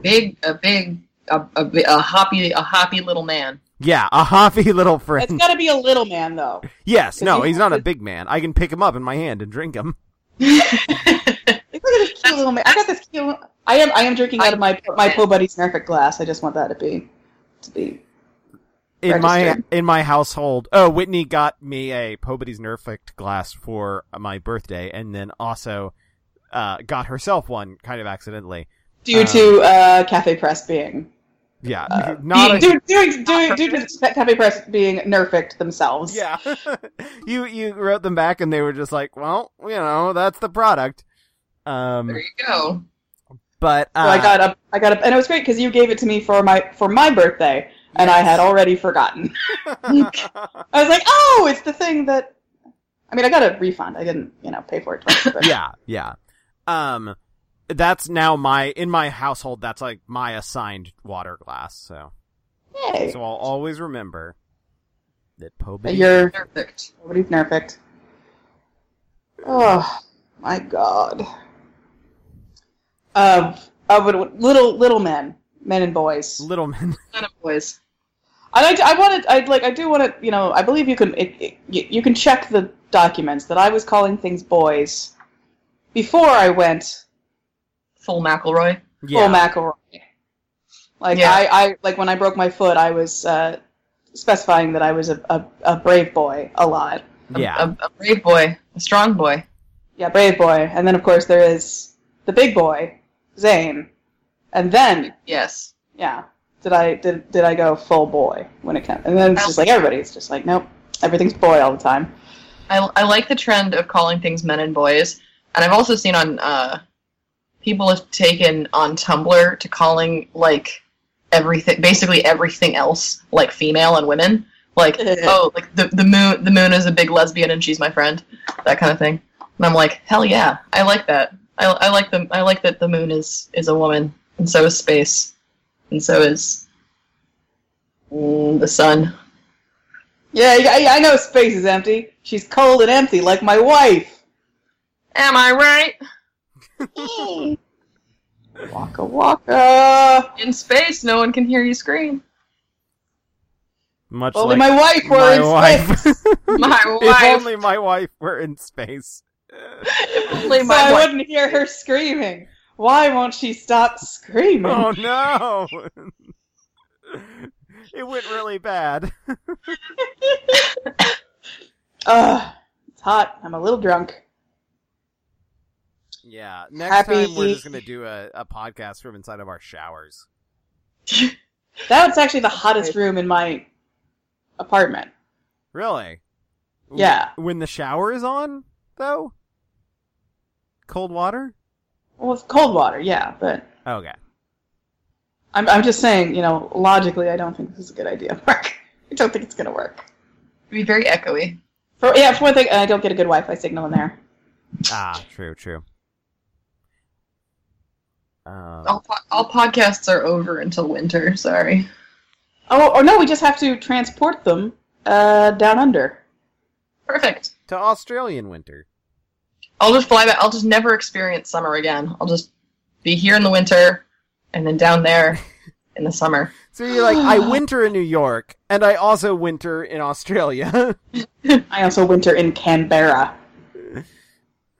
[SPEAKER 2] big a big a, a, bi- a hoppy a hoppy little man.
[SPEAKER 1] Yeah, a hoppy (laughs) little
[SPEAKER 3] It's
[SPEAKER 1] friend.
[SPEAKER 3] got to be a little man though.
[SPEAKER 1] yes,
[SPEAKER 3] If
[SPEAKER 1] no,
[SPEAKER 3] you
[SPEAKER 1] he's
[SPEAKER 3] have
[SPEAKER 1] not a
[SPEAKER 3] to-
[SPEAKER 1] big man. I can pick him up in my hand and drink him.
[SPEAKER 3] Look at this cute little man. I got this cute. little- I am. I am drinking out of my my po buddy's Nerfic glass. I just want that to be to be.
[SPEAKER 1] In
[SPEAKER 3] Registered.
[SPEAKER 1] my in my household, oh, Whitney got me a Pobady's Nerfict glass for my birthday, and then also uh, got herself one kind of accidentally.
[SPEAKER 3] Due
[SPEAKER 1] Um,
[SPEAKER 3] to uh, Cafe Press being
[SPEAKER 1] Yeah,
[SPEAKER 3] Uh,
[SPEAKER 1] (laughs) not a,
[SPEAKER 3] due, due, due, due to Cafe Press being nerfed themselves.
[SPEAKER 1] yeah. (laughs) you you wrote them back, and they were just like, well, you know, that's the product.
[SPEAKER 2] There
[SPEAKER 1] Um,
[SPEAKER 2] you go.
[SPEAKER 1] but
[SPEAKER 3] So
[SPEAKER 1] uh,
[SPEAKER 3] I got up. I got up, and it was great because you gave it to me for my for my birthday, and I had already forgotten.
[SPEAKER 1] (laughs)
[SPEAKER 3] I was like, oh, it's the thing that. I mean, I got a refund. I didn't, you know, pay for it. Twice, but
[SPEAKER 1] yeah, yeah. Um, that's now my in my household. That's like my assigned water glass. So,
[SPEAKER 3] Hey,
[SPEAKER 1] so I'll always remember that Poe.
[SPEAKER 3] you're
[SPEAKER 2] Perfect.
[SPEAKER 3] Nobody's perfect. Oh my god. Of of little little men, men and boys.
[SPEAKER 1] little man. (laughs)
[SPEAKER 2] Son of boys.
[SPEAKER 3] And I, I wanted, I like, I do want to, you know, I believe you can, it, it, you, you can check the documents that I was calling things boys before I went
[SPEAKER 2] Full McElroy.
[SPEAKER 1] yeah,
[SPEAKER 3] full McElroy. Like
[SPEAKER 2] Yeah.
[SPEAKER 3] I, I, like when I broke my foot, I was uh, specifying that I was a, a, a brave boy a lot.
[SPEAKER 2] A-
[SPEAKER 1] yeah.
[SPEAKER 2] A, a brave boy. A strong boy.
[SPEAKER 3] Yeah, Brave Boy. And then, of course, there is the big boy, Zane. And then,
[SPEAKER 2] Yes.
[SPEAKER 3] yeah, did I did did I go full boy when it comes? And then it's just like everybody. It's just like nope, everything's boy all the time.
[SPEAKER 2] I, I like the trend of calling things men and boys, and I've also seen on uh, people have taken on Tumblr to calling like everything, basically everything else, like female and women, like oh, like the the moon the moon is a big lesbian and she's my friend, that kind of thing. And I'm like, hell yeah, I like that. I, I like the I like that the moon is is a woman, and so is space, and so is mm, the sun.
[SPEAKER 3] Yeah, yeah, yeah, I know space is empty. She's cold and empty, like my wife.
[SPEAKER 2] Am I right?
[SPEAKER 3] Waka waka.
[SPEAKER 2] In space, no one can hear you scream.
[SPEAKER 1] Much
[SPEAKER 3] Only
[SPEAKER 1] like
[SPEAKER 3] my wife were
[SPEAKER 1] my
[SPEAKER 3] in
[SPEAKER 1] wife.
[SPEAKER 3] space,
[SPEAKER 1] (laughs)
[SPEAKER 2] My
[SPEAKER 1] if
[SPEAKER 2] wife.
[SPEAKER 1] only my wife were in
[SPEAKER 3] (laughs)
[SPEAKER 1] space.
[SPEAKER 2] Only
[SPEAKER 3] so
[SPEAKER 2] my
[SPEAKER 3] I
[SPEAKER 2] wife.
[SPEAKER 3] wouldn't hear her screaming. Why won't she stop screaming?
[SPEAKER 1] Oh no! (laughs) it went really bad.
[SPEAKER 3] Ugh, it's hot. I'm a little drunk.
[SPEAKER 1] Yeah. Next
[SPEAKER 3] Happy-
[SPEAKER 1] time we're just gonna do a, a podcast from inside of our showers.
[SPEAKER 3] That's actually the hottest room in my apartment.
[SPEAKER 1] Really?
[SPEAKER 3] Yeah.
[SPEAKER 1] W- When the shower is on, though? Cold water?
[SPEAKER 3] Well, it's cold water, yeah, but
[SPEAKER 1] Okay.
[SPEAKER 3] I'm, I'm just saying, you know, logically, I don't think this is a good idea, (laughs) Mark. I don't think it's going to work.
[SPEAKER 2] It'd be very echoey.
[SPEAKER 3] For Yeah, for one thing, I don't get a good Wi Fi signal in there.
[SPEAKER 1] Ah, true, true. Um,
[SPEAKER 2] All, po- all podcasts are over until winter. Sorry.
[SPEAKER 3] Oh, or no, we just have to transport them uh, down under.
[SPEAKER 2] Perfect.
[SPEAKER 1] To Australian winter.
[SPEAKER 2] I'll just fly back. I'll just never experience summer again. I'll just be here in the winter and then down there in the summer.
[SPEAKER 1] So you're like, I winter in New York, and I also winter in Australia. (laughs)
[SPEAKER 3] I also winter in Canberra.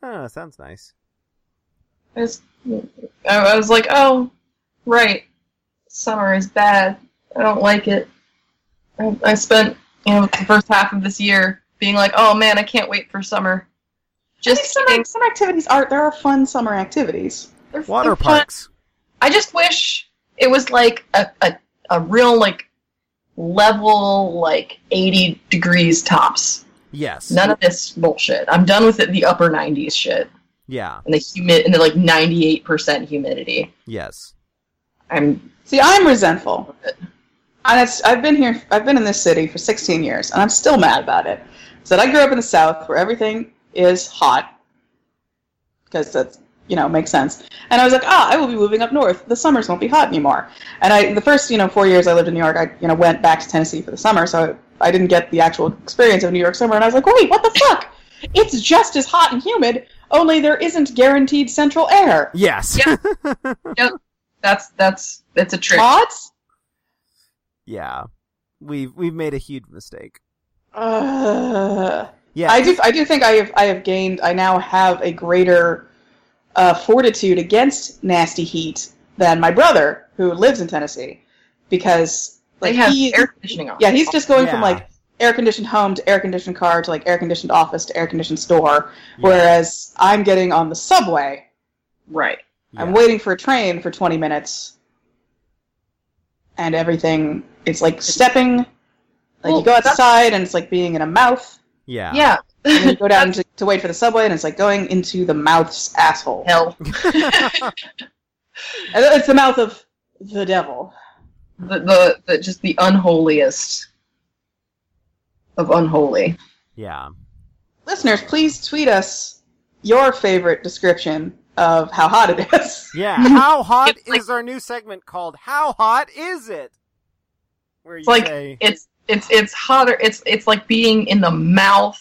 [SPEAKER 1] oh, sounds nice.
[SPEAKER 2] I was, I I was like, oh, right. Summer is bad. I don't like it. I, I spent you know the first half of this year being like, oh man, I can't wait for summer.
[SPEAKER 3] Just
[SPEAKER 2] Just
[SPEAKER 3] some,
[SPEAKER 2] kidding.
[SPEAKER 3] some activities are there are fun summer activities.
[SPEAKER 2] They're-
[SPEAKER 1] Water
[SPEAKER 2] they're fun.
[SPEAKER 1] parks.
[SPEAKER 2] I just wish it was like a, a, a real like level like 80 degrees tops.
[SPEAKER 1] Yes.
[SPEAKER 2] None of this bullshit. I'm done with it, the upper 90s shit
[SPEAKER 1] Yeah.
[SPEAKER 2] and the humid and the like 98% humidity.
[SPEAKER 1] Yes.
[SPEAKER 2] I'm
[SPEAKER 3] See, I'm resentful, and it's I've been here. I've been in this city for 16 years, and I'm still mad about it. So I grew up in the South, where everything is hot, because that's you know makes sense. And I was like, ah, I will be moving up north. The summers won't be hot anymore. And I, the first you know four years I lived in New York, I you know went back to Tennessee for the summer, so I didn't get the actual experience of New York summer. And I was like, wait, what the fuck? It's just as hot and humid, only there isn't guaranteed central air.
[SPEAKER 1] Yes.
[SPEAKER 2] Yeah. that's that's that's a trick.
[SPEAKER 3] Odds?
[SPEAKER 1] (laughs) yeah. We've we've made a huge mistake.
[SPEAKER 3] Ugh.
[SPEAKER 1] Yeah.
[SPEAKER 3] I do. I do think I have. I have gained. I now have a greater uh, fortitude against nasty heat than my brother, who lives in Tennessee, because
[SPEAKER 2] They
[SPEAKER 3] like
[SPEAKER 2] have
[SPEAKER 3] he,
[SPEAKER 2] air conditioning on.
[SPEAKER 3] yeah, he's just going from
[SPEAKER 1] Yeah.
[SPEAKER 3] like air conditioned home to air conditioned car to like air conditioned office to air conditioned store.
[SPEAKER 1] Yeah.
[SPEAKER 3] Whereas I'm getting on the subway.
[SPEAKER 2] right.
[SPEAKER 1] Yeah.
[SPEAKER 3] I'm waiting for a train for 20 minutes, and everything. It's like stepping. Like
[SPEAKER 2] Well,
[SPEAKER 3] you go
[SPEAKER 2] that's-
[SPEAKER 3] outside, and it's like being in a mouth.
[SPEAKER 1] Yeah.
[SPEAKER 2] Yeah.
[SPEAKER 3] And you go down to, to wait for the subway, and it's like going into the mouth's asshole.
[SPEAKER 2] Hell,
[SPEAKER 3] And It's the mouth of the devil.
[SPEAKER 2] the, the the just the unholiest of unholy.
[SPEAKER 1] Yeah.
[SPEAKER 3] Listeners, please tweet us your favorite description of how hot
[SPEAKER 1] (laughs)
[SPEAKER 3] it is. (laughs)
[SPEAKER 1] Yeah. How hot
[SPEAKER 2] It's like-
[SPEAKER 1] is our new segment called How Hot Is It? Where you
[SPEAKER 2] like-
[SPEAKER 1] say
[SPEAKER 2] It's it's it's hotter. It's it's like being in the mouth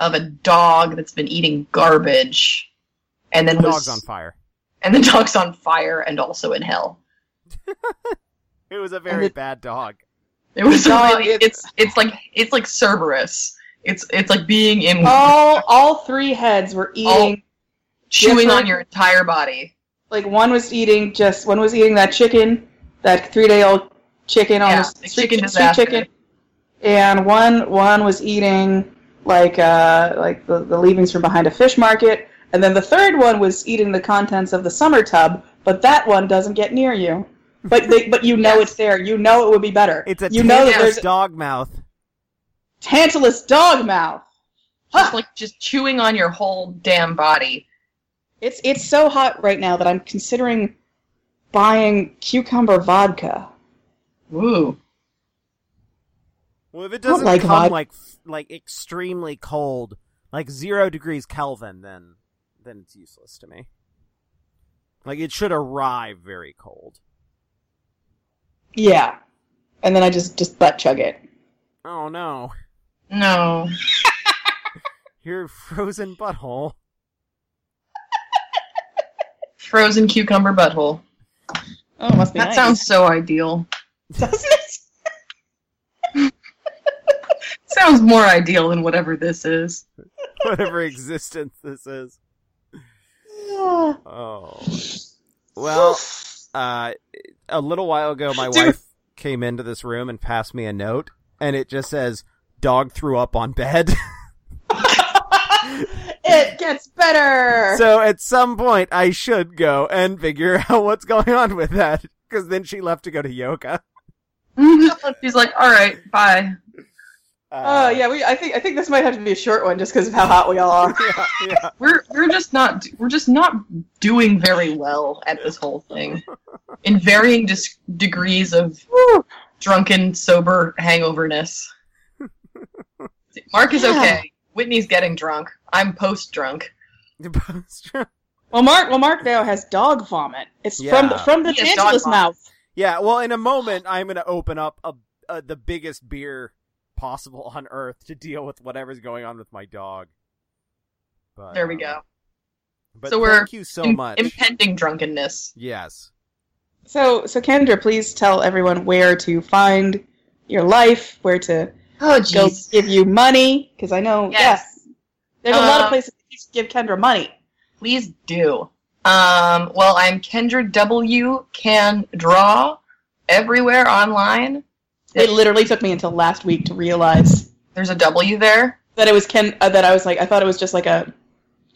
[SPEAKER 2] of a dog that's been eating garbage, and then
[SPEAKER 1] the
[SPEAKER 2] was-
[SPEAKER 1] dog's on fire.
[SPEAKER 2] and the dog's on fire and also in hell.
[SPEAKER 1] It was a very
[SPEAKER 3] it-
[SPEAKER 1] bad dog.
[SPEAKER 2] It was
[SPEAKER 3] No,
[SPEAKER 2] really
[SPEAKER 3] it's-
[SPEAKER 2] it's it's like it's like Cerberus. It's it's like being
[SPEAKER 1] Oh,
[SPEAKER 2] in
[SPEAKER 3] All all three heads were eating.
[SPEAKER 2] chewing
[SPEAKER 3] different-
[SPEAKER 2] on your entire body.
[SPEAKER 3] Like one was eating just one was eating that chicken, that three day old chicken on
[SPEAKER 2] Yeah,
[SPEAKER 3] the
[SPEAKER 2] the
[SPEAKER 3] street,
[SPEAKER 2] chicken
[SPEAKER 3] street
[SPEAKER 2] disaster.
[SPEAKER 3] chicken, and one one was eating like uh like the, the leavings from behind a fish market, and then the third one was eating the contents of the summer tub, but that one doesn't get near you. But they, but you know
[SPEAKER 2] (laughs) Yes.
[SPEAKER 3] it's there. You know it would be better.
[SPEAKER 1] It's a
[SPEAKER 3] you know that
[SPEAKER 1] tantalus
[SPEAKER 3] there's
[SPEAKER 1] dog mouth.
[SPEAKER 3] tantalus dog mouth.
[SPEAKER 2] Just like just chewing on your whole damn body.
[SPEAKER 3] It's it's so hot right now that I'm considering buying cucumber vodka.
[SPEAKER 2] Ooh.
[SPEAKER 1] Well, if it
[SPEAKER 3] I don't
[SPEAKER 1] doesn't
[SPEAKER 3] like
[SPEAKER 1] come
[SPEAKER 3] hot.
[SPEAKER 1] like f- like extremely cold, like zero degrees Kelvin, then then it's useless to me. Like it should arrive very cold.
[SPEAKER 3] Yeah, and then I just just butt chug it.
[SPEAKER 1] Oh no,
[SPEAKER 2] No.
[SPEAKER 1] your frozen butthole. (laughs)
[SPEAKER 2] Frozen cucumber butthole.
[SPEAKER 3] Oh, it must be
[SPEAKER 2] That
[SPEAKER 3] nice.
[SPEAKER 2] sounds so ideal.
[SPEAKER 3] (laughs) Doesn't it?
[SPEAKER 2] Sounds more ideal than whatever this is.
[SPEAKER 1] Whatever existence this is.
[SPEAKER 3] Yeah.
[SPEAKER 1] Oh. Well, uh, a little while ago, my wife came into this room and passed me a note, and it just says, "Dog threw up on bed." (laughs)
[SPEAKER 3] it gets better.
[SPEAKER 1] So at some point, I should go and figure out what's going on with that.
[SPEAKER 2] (laughs)
[SPEAKER 1] Because then she left to go to yoga.
[SPEAKER 2] She's like, all right, bye.
[SPEAKER 1] Uh,
[SPEAKER 3] Oh yeah, we. I think I think this might have to be a short one just because of how hot we all are.
[SPEAKER 1] yeah, (laughs) yeah.
[SPEAKER 2] We're we're just not we're just not doing very well at this whole thing, in varying dis- degrees of drunken, sober hangoverness. Mark is
[SPEAKER 3] Yeah.
[SPEAKER 2] okay. Whitney's getting drunk. I'm post drunk.
[SPEAKER 3] (laughs) Well, Mark. Well, Mark now has dog vomit. It's
[SPEAKER 1] Yeah.
[SPEAKER 3] from the, from the
[SPEAKER 2] He has dog
[SPEAKER 3] tarantula's
[SPEAKER 2] vomit.
[SPEAKER 3] mouth.
[SPEAKER 1] (laughs) yeah. Well, in a moment, I'm going to open up a, a, the biggest beer possible on Earth to deal with whatever's going on with my dog. But,
[SPEAKER 2] There we
[SPEAKER 1] um,
[SPEAKER 2] go.
[SPEAKER 1] But
[SPEAKER 2] So we're
[SPEAKER 1] thank you so
[SPEAKER 2] Im-
[SPEAKER 1] much.
[SPEAKER 2] Impending drunkenness.
[SPEAKER 1] yes.
[SPEAKER 3] So, so Kendra, please tell everyone where to find your life, where to
[SPEAKER 2] Oh
[SPEAKER 3] go
[SPEAKER 2] jeez.
[SPEAKER 3] give you money, because I know
[SPEAKER 2] Yes.
[SPEAKER 3] yes, there's a lot of
[SPEAKER 2] Uh,
[SPEAKER 3] places you should give Kendra money.
[SPEAKER 2] Please do. Um, well, I'm Kendra W. Can draw everywhere online.
[SPEAKER 3] It literally took me until last week to realize
[SPEAKER 2] There's a W there.
[SPEAKER 3] that it was Ken. Uh, that I was like, I thought it was just like a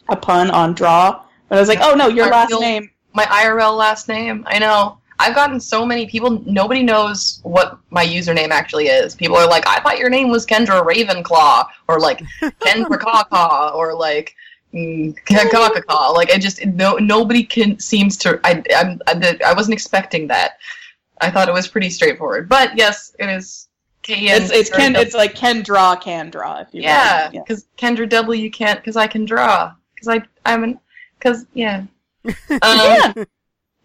[SPEAKER 3] a pun on draw, but I was like, oh no, your
[SPEAKER 2] Our
[SPEAKER 3] last
[SPEAKER 2] real-
[SPEAKER 3] name.
[SPEAKER 2] My IRL last name. I know. I've gotten so many people. Nobody knows what my username actually is. People are like, "I thought your name was Kendra Ravenclaw," or
[SPEAKER 3] (laughs)
[SPEAKER 2] like Kendra Caw or like Caw Like I just no nobody can seems to. I I'm, I, I wasn't expecting that. I thought it was pretty straightforward, but yes, it is. K-E-N-
[SPEAKER 3] It's it's Ken. It's like Ken draw, can draw. If you will.
[SPEAKER 2] Yeah, because Kendra W can't because I can draw because I I'm an because
[SPEAKER 3] (laughs)
[SPEAKER 2] yeah. Um,
[SPEAKER 3] Yeah.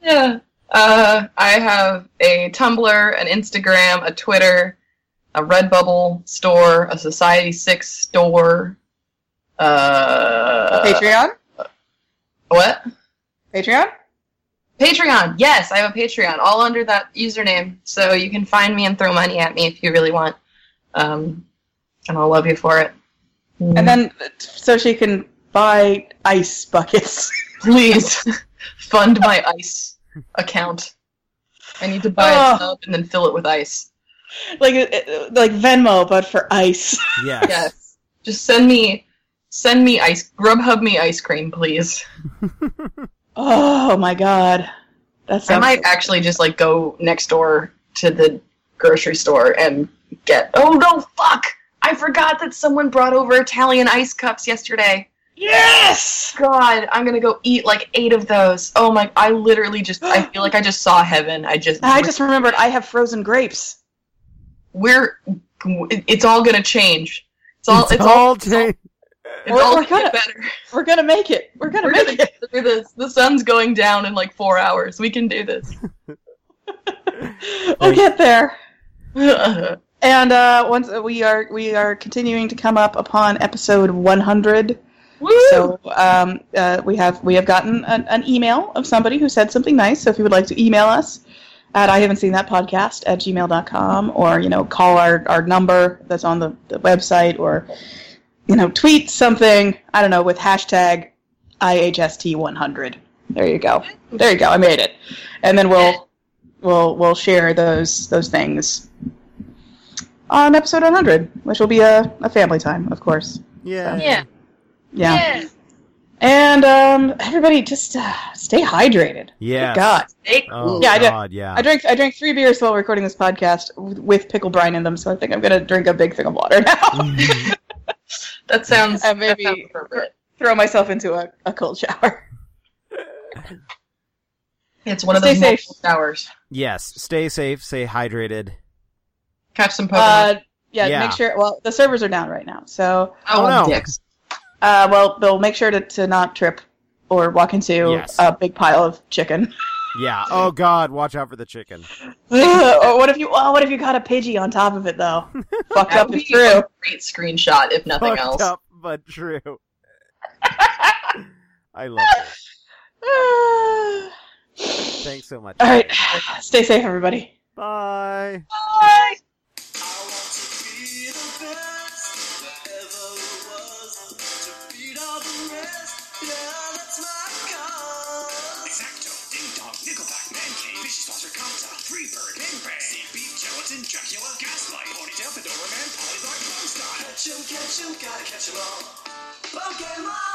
[SPEAKER 2] yeah. Uh, I have a Tumblr, an Instagram, a Twitter, a Redbubble store, a Society Six store. Uh,
[SPEAKER 3] Patreon.
[SPEAKER 2] What?
[SPEAKER 3] Patreon.
[SPEAKER 2] Patreon. Yes, I have a Patreon, all under that username. So you can find me and throw money at me if you really want, um, and I'll love you for it.
[SPEAKER 3] And then, so she can buy ice buckets.
[SPEAKER 2] (laughs)
[SPEAKER 3] (laughs)
[SPEAKER 2] Please fund my ice account. I need to buy
[SPEAKER 3] Oh.
[SPEAKER 2] a tub and then fill it with ice.
[SPEAKER 3] like, uh, like Venmo, but for ice. (laughs)
[SPEAKER 1] Yes.
[SPEAKER 2] Yes. Just send me send me ice Grubhub me ice cream, please.
[SPEAKER 3] Oh my god. That
[SPEAKER 2] I
[SPEAKER 3] sounds.
[SPEAKER 2] might actually just like go next door to the grocery store and get Oh no fuck! I forgot that someone brought over Italian ice cups yesterday.
[SPEAKER 3] yes!
[SPEAKER 2] God, I'm gonna go eat like eight of those. Oh my I literally just I feel like I just saw heaven. I just
[SPEAKER 3] I just remembered I have frozen grapes.
[SPEAKER 2] we're it's all gonna change. It's all it's, all
[SPEAKER 1] all changed.
[SPEAKER 2] it's
[SPEAKER 3] We're-
[SPEAKER 2] all
[SPEAKER 3] (laughs) we're
[SPEAKER 2] gonna get
[SPEAKER 3] gonna-
[SPEAKER 2] better.
[SPEAKER 3] We're gonna make it. We're gonna
[SPEAKER 2] We're
[SPEAKER 3] make
[SPEAKER 2] gonna
[SPEAKER 3] it.
[SPEAKER 2] get through this. The sun's going down in like four hours. We can do this.
[SPEAKER 3] We'll get there.
[SPEAKER 2] Woo!
[SPEAKER 3] And uh, once we are we are continuing to come up upon episode 100. So um, uh, we have we have gotten an, an email of somebody who said something nice. So if you would like to email us at I haven't seen that podcast at gmail.com or you know call our, our number that's on the, the website or you know tweet something I don't know with hashtag IHST100. There you go. There you go. I made it. And then we'll we'll we'll share those those things on episode 100, which will be a, a family time, of course.
[SPEAKER 1] Yeah.
[SPEAKER 2] yeah.
[SPEAKER 3] yeah. And um, everybody, just uh, stay hydrated.
[SPEAKER 1] Yes.
[SPEAKER 3] Good God,
[SPEAKER 2] Hey,
[SPEAKER 1] Oh,
[SPEAKER 3] Yeah, I did-
[SPEAKER 1] God, yeah.
[SPEAKER 3] I drank I drank three beers while recording this podcast w- with pickle brine in them, so I think I'm gonna drink a big thing of water (laughs)
[SPEAKER 1] Mm.
[SPEAKER 3] now.
[SPEAKER 2] that sounds
[SPEAKER 3] Uh, maybe-
[SPEAKER 2] that sounds appropriate.
[SPEAKER 3] Throw myself into a, a cold shower.
[SPEAKER 1] (laughs)
[SPEAKER 2] It's one of
[SPEAKER 3] Stay
[SPEAKER 2] those
[SPEAKER 3] safe.
[SPEAKER 2] multiple showers.
[SPEAKER 1] (laughs) yes. Stay safe. Stay hydrated.
[SPEAKER 2] Catch some Pokemon.
[SPEAKER 3] Uh, yeah,
[SPEAKER 1] Yeah.
[SPEAKER 3] make sure. Well, the servers are down right now, so
[SPEAKER 1] oh, no.
[SPEAKER 2] dicks.
[SPEAKER 3] uh, well, Bill, make sure to, to not trip or walk into
[SPEAKER 1] Yes.
[SPEAKER 3] a big pile of chicken. (laughs)
[SPEAKER 1] Yeah. Oh God, watch out for the chicken.
[SPEAKER 3] or what if you? Oh, what if you caught a pidgey on top of
[SPEAKER 1] (laughs)
[SPEAKER 3] it though? Fucked
[SPEAKER 2] That
[SPEAKER 3] up
[SPEAKER 2] would
[SPEAKER 3] is
[SPEAKER 2] be
[SPEAKER 3] true.
[SPEAKER 2] a great screenshot, if (laughs) nothing
[SPEAKER 1] Fucked
[SPEAKER 2] else.
[SPEAKER 1] up, but true. (laughs) I love it.
[SPEAKER 3] (sighs)
[SPEAKER 1] Thanks so much.
[SPEAKER 3] All right, (sighs) stay safe, everybody.
[SPEAKER 1] Bye.
[SPEAKER 2] Bye.
[SPEAKER 4] I want to be the best wherever it was to beat all the rest. Yeah, that's my cause. Exacto, ding dong, nickelback, man cave, fishy saucer, concha, free bird, bang bang, sea beef, gelatin, Dracula, gaslight, ponytail, fedora man, polyglot, bone style. Catch 'em, catch 'em, gotta catch 'em all. Pokemon.